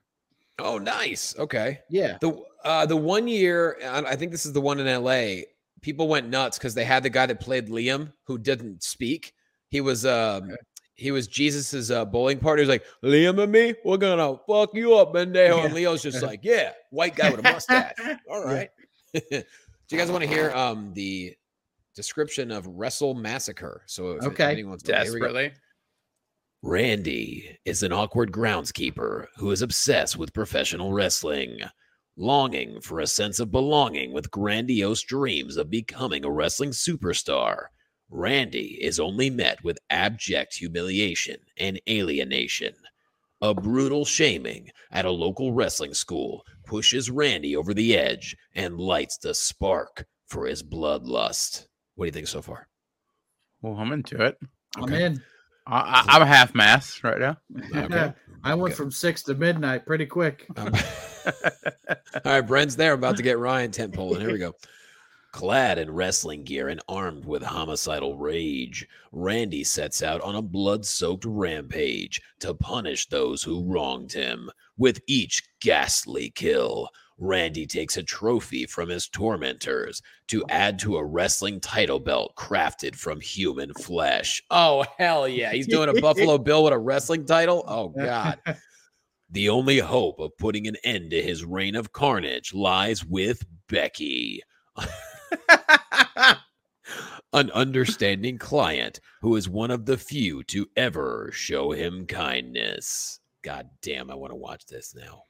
A: oh, nice. Okay.
C: Yeah,
A: The uh, the one year, and I think this is the one in L.A. People went nuts because they had the guy that played Liam who didn't speak. He was um he was Jesus's uh, bowling party. He was like Liam and me, we're gonna fuck you up, Bendejo. And Leo's just like, yeah, white guy with a mustache. All right. Do you guys want to hear um the description of Wrestle Massacre? So if
C: Okay.
A: anyone's okay, here we go.
B: desperately.
A: Randy is an awkward groundskeeper who is obsessed with professional wrestling, longing for a sense of belonging with grandiose dreams of becoming a wrestling superstar. Randy is only met with abject humiliation and alienation. A brutal shaming at a local wrestling school pushes Randy over the edge and lights the spark for his bloodlust. What do you think so far?
B: Well, I'm into it.
C: I'm in.
B: I, I, I'm half mass right now.
A: Okay.
C: I went
A: Good.
C: from six to midnight pretty quick.
A: Um, all right, Brent's there. About to get Ryan tent pole, and here we go. Clad in wrestling gear and armed with homicidal rage, Randy sets out on a blood soaked rampage to punish those who wronged him. With each ghastly kill, Randy takes a trophy from his tormentors to add to a wrestling title belt crafted from human flesh. Oh, hell yeah. He's doing a Buffalo Bill with a wrestling title? Oh, God. The only hope of putting an end to his reign of carnage lies with Becky, an understanding client who is one of the few to ever show him kindness. God damn, I want to watch this now.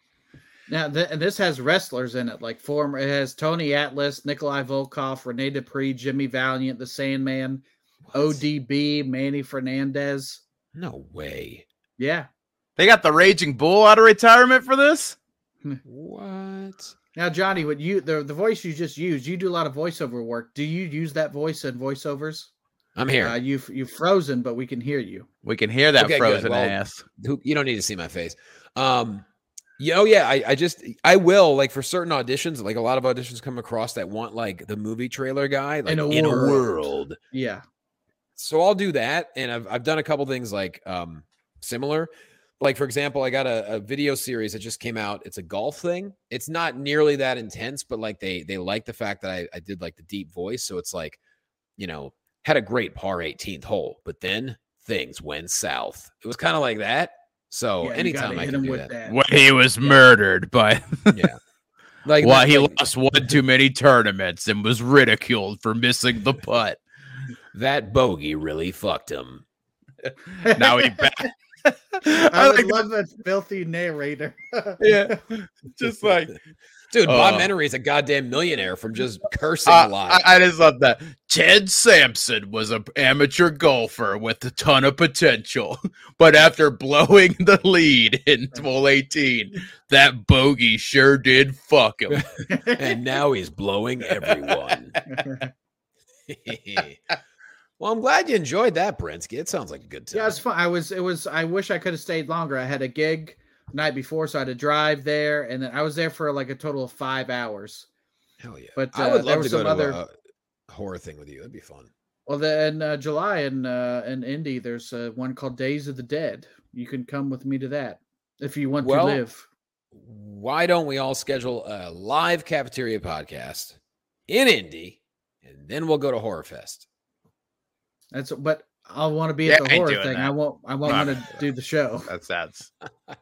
C: Now, th- and this has wrestlers in it, like former. It has Tony Atlas, Nikolai Volkov, Rene Dupree, Jimmy Valiant, The Sandman,
A: What?
C: ODB, Manny Fernandez.
A: No way.
C: Yeah.
B: they got the raging bull out of retirement for this.
A: What?
C: Now, Johnny, would you the the voice you just used? You do a lot of voiceover work. Do you use that voice in voiceovers?
A: I'm here.
C: Uh, you've you've frozen, but we can hear you.
B: We can hear that
A: Okay, good.
B: frozen
A: Well,
B: ass.
A: who you don't need to see my face. Um yeah, oh yeah, I, I just I will like for certain auditions, like a lot of auditions come across that want like the movie trailer guy, like
C: a world.
A: world.
C: Yeah.
A: So I'll do that, and I've I've done a couple things like um similar. Like for example, I got a, a video series that just came out. It's a golf thing. It's not nearly that intense, but like they they like the fact that I, I did like the deep voice. So it's like, you know, had a great par 18th hole, but then things went south. It was kind of like that. So
C: yeah, you
A: Oh, anytime
C: gotta
A: I
C: hit
A: can
C: him
A: do
C: with
A: that,
C: that.
B: When he was murdered by
A: like
B: why
A: like-
B: he
A: like
B: lost one too many tournaments and was ridiculed for missing the putt.
A: that bogey really fucked him.
B: Now he back
C: I,
B: I
C: would
B: like
C: love that filthy narrator.
B: yeah, just like
A: Dude,
B: Uh.
A: Bob Menery is a goddamn millionaire from just cursing
B: Uh,
A: a lot.
B: I, I just love that. Ted Sampson was an amateur golfer with a ton of potential, but after blowing the lead in 2018, that bogey sure did fuck him.
A: and now he's blowing everyone. well, I'm glad you enjoyed that, Brensky. It sounds like a good time.
C: Yeah, it's fun. I was. It was. I wish I could have stayed longer. I had a gig night before, so I had to drive there, and then I was there for like a total of five hours.
A: Hell yeah.
C: But uh,
A: I would
C: there
A: love
C: were
A: to go
C: some
A: to
C: other.
A: a horror thing with you. That'd be fun.
C: well, then in uh, July in uh, in Indy, there's uh, one called Days of the Dead. You can come with me to that if you want
A: Well,
C: to live.
A: Why don't we all schedule a live cafeteria podcast in Indy and then we'll go to Horror Fest?
C: That's but I'll want to be
B: Yeah,
C: at
B: I
C: the
B: ain't
C: horror
B: doing
C: thing.
B: that.
C: I won't. I won't
B: Nah.
C: want to do the show.
B: That sounds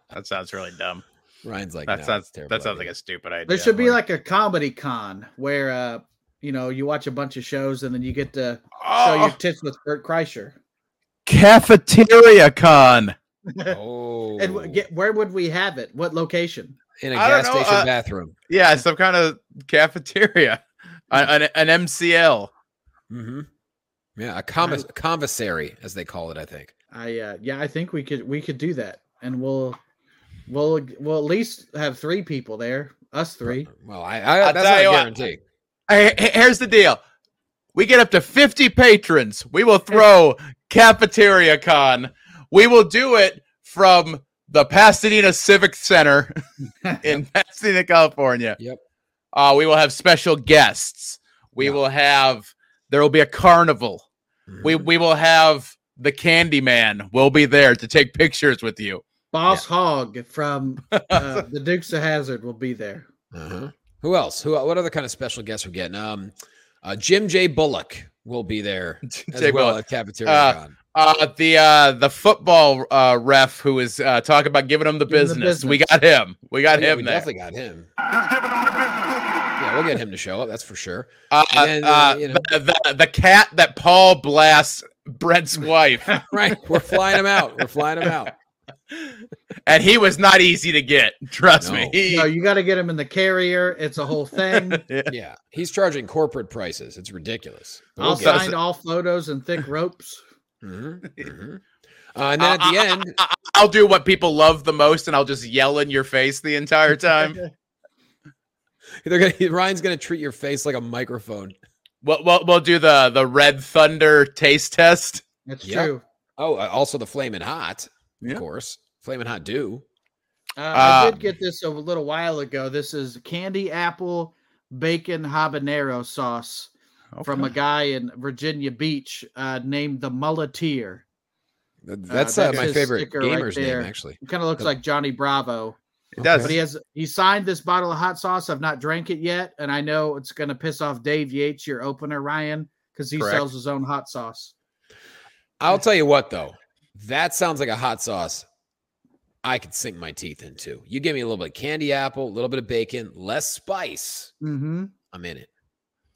B: that sounds really dumb.
A: Ryan's like,
B: That
A: no,
B: sounds
A: it's a terrible
B: that sounds like
A: idea.
B: a stupid idea.
C: There should be like a comedy con where uh you know you watch a bunch of shows and then you get to show your
B: oh,
C: tits with Bert Kreischer.
B: cafeteria con.
A: oh,
C: And wh- get, where would we have it? What location?
A: in a
B: I don't
A: gas
B: know,
A: station
B: uh,
A: bathroom.
B: Yeah, some kind of cafeteria, an, an, an MCL.
A: hmm Yeah, a commis- commissary, as they call it, I think.
C: I uh, yeah, I think we could we could do that, and we'll we'll we'll at least have three people there. Us three.
A: Well, I, I
B: I'll
A: that's
B: tell
A: not a
B: you what.
A: guarantee.
B: Hey, he- here's the deal. We get up to 50 patrons. We will throw Cafeteria Con. We will do it from the Pasadena Civic Center in Pasadena, California.
A: Yep.
B: Uh, we will have special guests. We
A: Yeah.
B: will have, there will be a carnival. We, we will have the Candyman. We'll be there to take pictures with you.
C: Boss Hog from uh, the Dukes of Hazard will be there.
A: Uh-huh. Who else? Who? What other kind of special guests we're getting? Um, uh, Jim J. Bullock will be there as
B: Jay
A: well
B: Bullock.
A: at cafeteria.
B: Uh,
A: Con.
B: Uh, the uh, the football uh, ref who is uh, talking about giving him the,
C: Giving the
B: business. We got him. We got
A: Oh, yeah,
B: him
A: we
B: there.
A: definitely got him. Yeah, we'll get him to show up. That's for sure.
B: Uh,
A: And then,
B: uh,
A: uh, you know.
B: the, the, the cat that Paul blasts Brent's wife,
A: Right? We're flying him out. We're flying him out.
B: and he was not easy to get. Trust me.
A: No.
B: He-
C: No, you got to get him in the carrier. It's a whole thing.
A: Yeah, he's charging corporate prices. It's ridiculous. But
C: I'll
A: we'll get him.
B: Awesome.
C: sign all photos and thick ropes.
A: Mhm, mhm. Uh, and then at the end,
B: I, will do what people love the most, and I'll just yell in your face the entire time.
A: they're gonna Ryan's gonna treat your face like a microphone.
B: we'll, we'll we'll do the the Red Thunder taste test.
C: That's
A: Yep.
C: true.
A: Oh, uh, also the flaming hot,
B: Yeah.
A: of course. Flaming hot dew.
C: Uh, I
B: Um,
C: did get this a little while ago. This is candy apple bacon habanero sauce from a guy in Virginia Beach uh, named the Mulleteer.
A: Th- That's, uh,
C: that's
A: my
C: his
A: favorite
C: sticker right
A: gamer's
C: there.
A: name, actually.
C: He kind of looks
A: The-
C: like Johnny Bravo,
B: It does.
C: but he has he signed this bottle of hot sauce. I've not drank it yet, and I know it's going to piss off Dave Yates, your opener, Ryan, because he
B: Correct.
C: sells his own hot sauce.
A: I'll tell you what, though, that sounds like a hot sauce I could sink my teeth into. You give me a little bit of candy apple, a little bit of bacon, less spice.
C: Mm-hmm.
A: I'm in it.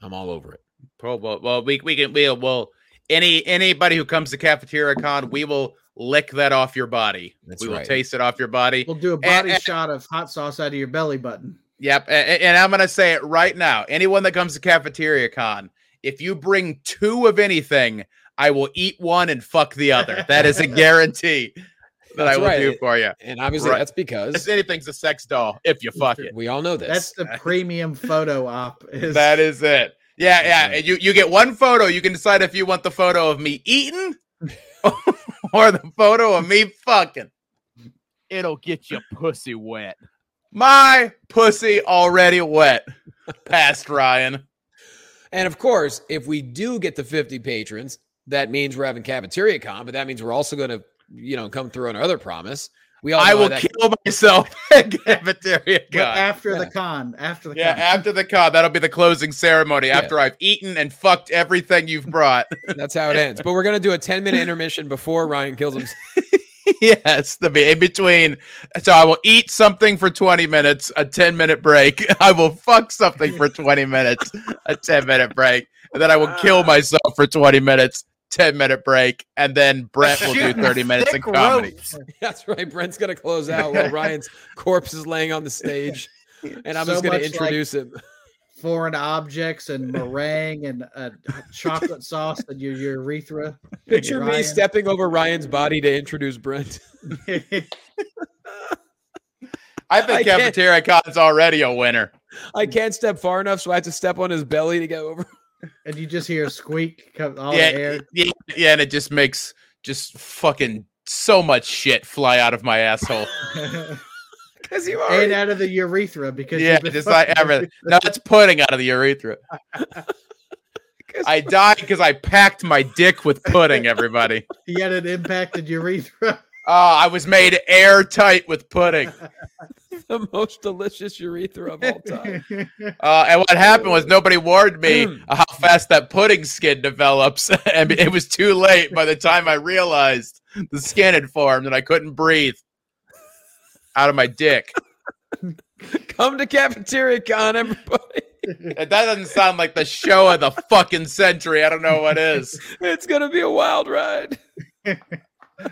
A: I'm all over it.
B: Well, well, well, we we can we'll, we'll any anybody who comes to Cafeteria Con, we will lick that off your body.
A: That's
B: we will
A: right.
B: taste it off your body.
C: We'll do a body
B: and-
C: shot of hot sauce out of your belly button.
B: Yep, a- a- and, I'm gonna say it right now. Anyone that comes to Cafeteria Con, if you bring two of anything, I will eat one and fuck the other. That is a guarantee that I
A: That's
B: will
A: right.
B: do for you.
A: And obviously,
B: Right.
A: that's
B: If
A: because
B: anything's a sex doll, if you fuck it,
A: we all know this.
C: That's the premium photo op. Is,
B: that is it. Yeah,
A: That's
B: yeah.
A: right.
B: and You you get one photo. You can decide if you want the photo of me eating or the photo of me fucking.
G: It'll get your pussy wet.
B: My pussy already wet. Past Ryan.
A: and of course, if we do get the 50 patrons, that means we're having cafeteria con, but that means we're also going to, you know, come through on our other promise. We all
B: I
A: know
B: will
A: Oh, that-
B: kill myself at Cafeteria
C: But
B: Con.
C: after
A: Yeah.
C: the con, after the
B: Yeah,
C: con.
B: after the con, that'll be the closing ceremony.
A: Yeah.
B: After I've eaten and fucked everything you've brought.
A: That's how it ends. But we're going to do a 10 minute intermission before Ryan kills himself.
B: yes, the be- in between. So I will eat something for twenty minutes, a ten minute break. I will fuck something for twenty minutes, a ten minute break, and then I will kill myself for twenty minutes, 10 minute break, and then Brett will do
E: Shooting
B: 30 minutes of
E: thick
B: comedy.
E: ropes.
A: That's right. Brent's gonna close out while Ryan's corpse is laying on the stage, and I'm
C: So
A: just gonna
C: much like-
A: introduce him.
C: foreign objects and meringue and uh, chocolate sauce and your urethra.
A: Picture me
C: Ryan.
A: stepping over Ryan's body to introduce Brent.
B: I think
A: I can't-
B: Cafeteria Con's already a winner.
A: I can't step far enough, so I have to step on his belly to get over.
C: and you just hear a squeak come all
B: yeah,
C: the air.
B: yeah, yeah, and it just makes just fucking so much shit fly out of my asshole.
A: Because you
C: and
A: already
C: out of the urethra because
B: yeah,
C: you've been
B: just like
C: fucking
B: everything. No, it's pudding out of the urethra.
A: 'Cause-
B: I died because I packed my dick with pudding, everybody.
C: with- yet it impacted urethra.
B: Oh, I was made airtight with pudding.
A: the most delicious urethra of all time.
B: Uh, and what happened was nobody warned me of how fast that pudding skin develops. and it was too late by the time I realized the skin had formed and I couldn't breathe out of my dick.
A: Come to Cafeteria Con, everybody.
B: If that doesn't sound like the show of the fucking century. I don't know what is.
A: It's gonna be a wild ride.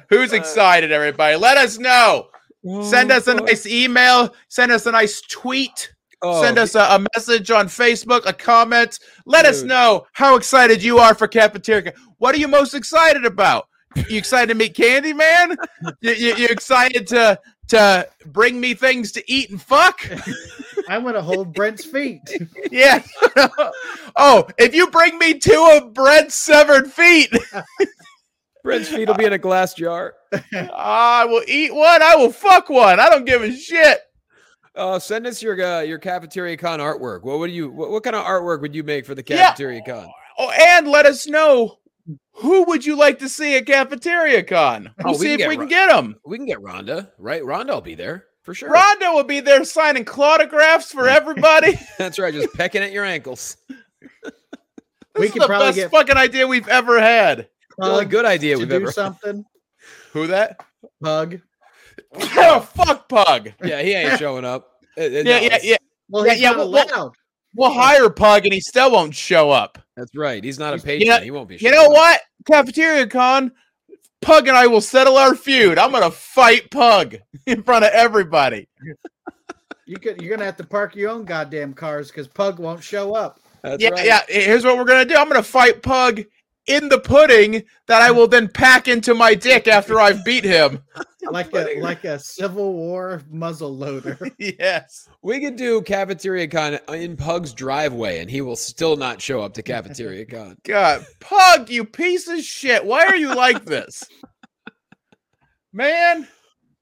B: Who's excited, everybody? Let us know. Send us
A: Oh,
B: a nice email. Send us a nice tweet.
A: Oh.
B: Send us a, a message on Facebook, a comment. Let us
A: Dude.
B: know how excited you are for Cafeteria. What are you most excited about? You excited to meet Candyman? You, you, you excited to to bring me things to eat and fuck?
C: I'm gonna hold Brent's feet.
B: Yeah. oh, if you bring me two of Brent's severed feet,
A: Brent's feet will be in a glass jar.
B: I will eat one. I will fuck one. I don't give a shit.
A: Uh, send us your uh, your cafeteria con artwork. What would you? What, what kind of artwork would you make for the
B: Yeah.
A: cafeteria con?
B: Oh, and let us know who would you like to see at Cafeteria Con.
A: Oh,
B: We'll
A: we
B: see
A: can
B: if
A: get
B: we
A: Ro-
B: can get them.
A: We can get Rhonda, right? Rhonda will be there for sure.
B: Rondo will be there signing autographs for everybody.
A: That's right, just pecking at your ankles.
C: we
B: This
C: could
B: is the
C: probably
B: best
C: get
B: fucking idea we've ever had.
A: The only
C: Pug
A: good idea
C: to
A: we've
C: do
A: ever.
C: something.
B: Who that?
C: Pug.
B: oh, fuck Pug.
A: Yeah, he ain't showing up. Uh, uh,
B: Yeah,
A: no,
B: yeah,
A: it's-
B: yeah.
C: Well,
B: Yeah,
C: he's
B: yeah,
C: not
B: well, well-
C: allowed.
B: We'll hire Pug and he still won't show up.
A: That's right. He's not a
B: You know-
A: patron. he won't be.
B: You
A: showing
B: know
A: up.
B: what? Cafeteria Con, Pug and I will settle our feud. I'm going to fight Pug in front of everybody.
C: you could, you're gonna have to park your own goddamn cars because Pug won't show up.
A: That's
B: yeah,
A: right.
B: yeah. Here's what we're gonna do. I'm gonna fight Pug in the pudding that I will then pack into my dick after I've beat him.
C: Like a like a Civil War muzzle loader.
B: yes.
A: We could do cafeteria con in Pug's driveway, and he will still not show up to cafeteria con.
B: God, Pug, you piece of shit. Why are you like this, man?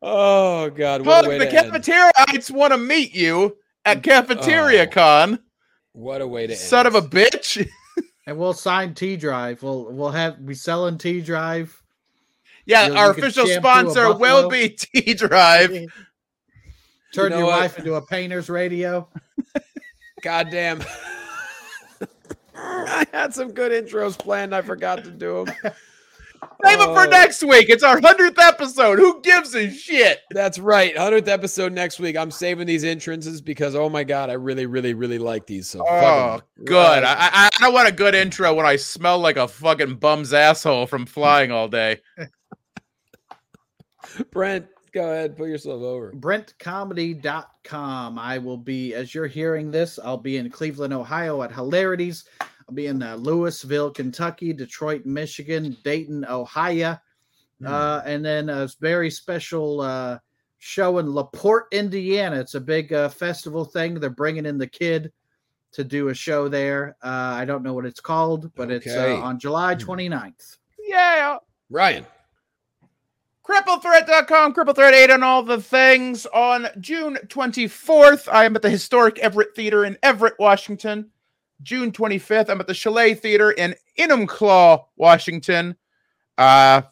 A: Oh God! What
B: Pug,
A: a way
B: the
A: to end.
B: cafeteriaites want to meet you at Cafeteria
A: Oh,
B: Con.
A: What a way to end.
B: Son of a bitch.
C: and we'll sign T Drive. We'll we'll have be selling T Drive.
B: yeah,
C: You-
B: our
C: you could
B: official
C: shampoo a
B: sponsor will be
C: buffalo.
B: T Drive.
C: Turn
A: know
C: your
A: what?
C: wife into a painter's radio.
A: goddamn. I had some good intros planned. I forgot to do them.
B: Save it for
A: Oh.
B: next week. It's our hundredth episode. Who gives a shit?
A: That's right. 100th episode next week. I'm saving these entrances because, oh my God, I really, really, really like these. So
B: Oh,
A: fucking-
B: good. I, I, I don't want a good intro when I smell like a fucking bum's asshole from flying all day.
A: Brent, go ahead. Put yourself over.
C: BrentComedy.com. I will be, as you're hearing this, I'll be in Cleveland, Ohio at Hilarities. I'll be in uh, Louisville, Kentucky, Detroit, Michigan, Dayton, Ohio.
A: Hmm.
C: Uh, and then a very special uh, show in LaPorte, Indiana. It's a big uh, festival thing. They're bringing in the kid to do a show there. Uh, I don't know what it's called, but it's
A: Okay. Hmm.
C: uh, on July 29th.
B: Yeah.
A: Ryan.
B: CrippleThreat.com, CrippleThreat8 on all the things. On June 24th, I am at the historic Everett Theater in Everett, Washington. June 25th, I'm at the Chalet Theater in Inumclaw, Washington. Uh,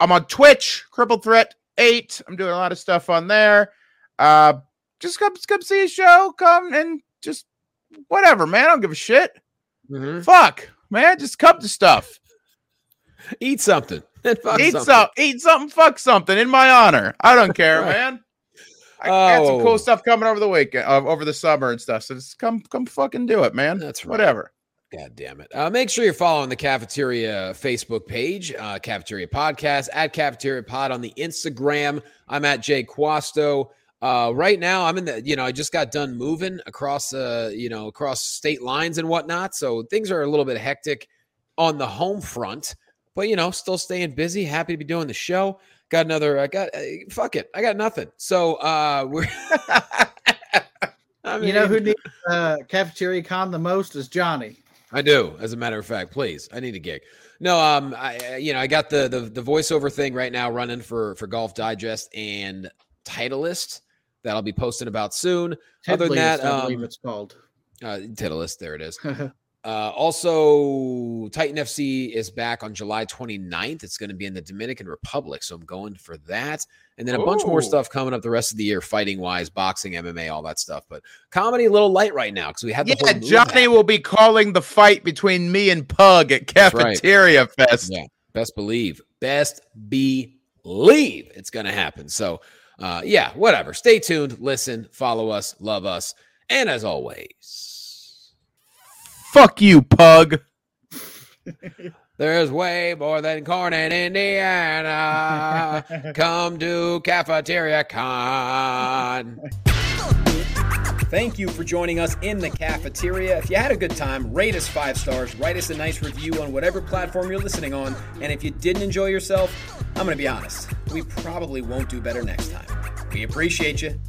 B: I'm on Twitch, Cripple Threat 8. I'm doing a lot of stuff on there. Uh, just come, come see a show. Come and just whatever, man. I don't give a shit.
A: Mm-hmm.
B: Fuck, man. Just come to stuff.
A: Eat something. And fuck
B: eat
A: something.
B: some, eat something, fuck something in my honor. I don't care,
A: Right.
B: man. I got some
A: Oh.
B: cool stuff coming over the week, uh, over the summer and stuff. So just come, come, fucking do it, man.
A: That's right.
B: Whatever.
A: God damn it. Uh, make sure you're following the Cafeteria Facebook page, uh, Cafeteria Podcast, at Cafeteria Pod on the Instagram. I'm at Jay Quasto. Uh, right now, I'm in the, you know, I just got done moving across, uh, you know, across state lines and whatnot. So things are a little bit hectic on the home front, but, you know, still staying busy. Happy to be doing the show. Got another, I got, uh, fuck it. I got nothing. So uh, we're, I
C: you know
A: mean-
C: who needs uh, cafeteria con the most is Johnny.
A: I do, as a matter of fact. Please, I need a gig. No, um, I I- you know I got the the the voiceover thing right now running for for Golf Digest and Titleist that I'll be posting about soon. Other than
C: Tiddlyist,
A: that,
C: I believe
A: um,
C: it's called.
A: Uh, Titleist, there it is. Uh, also, Titan FC is back on July 29th. It's going to be in the Dominican Republic, so I'm going for that. And then a bunch more
B: Ooh.
A: stuff coming up the rest of the year, fighting wise, boxing, MMA, all that stuff. But comedy, a little light right now because we had the
B: Yeah,
A: whole move
B: Johnny
A: happen.
B: will be calling the fight between me and Pug at
A: right.
B: Cafeteria Fest.
A: Yeah, best believe. Best believe it's going to happen. So, uh, yeah, whatever. Stay tuned, listen, follow us, love us. And as always,
B: Fuck you, Pug.
A: there's way more than corn in Indiana. Come to Cafeteria Con.
H: Thank you for joining us in the cafeteria. If you had a good time, rate us five stars, write us a nice review on whatever platform you're listening on. And if you didn't enjoy yourself, I'm going to be honest, we probably won't do better next time. We appreciate you.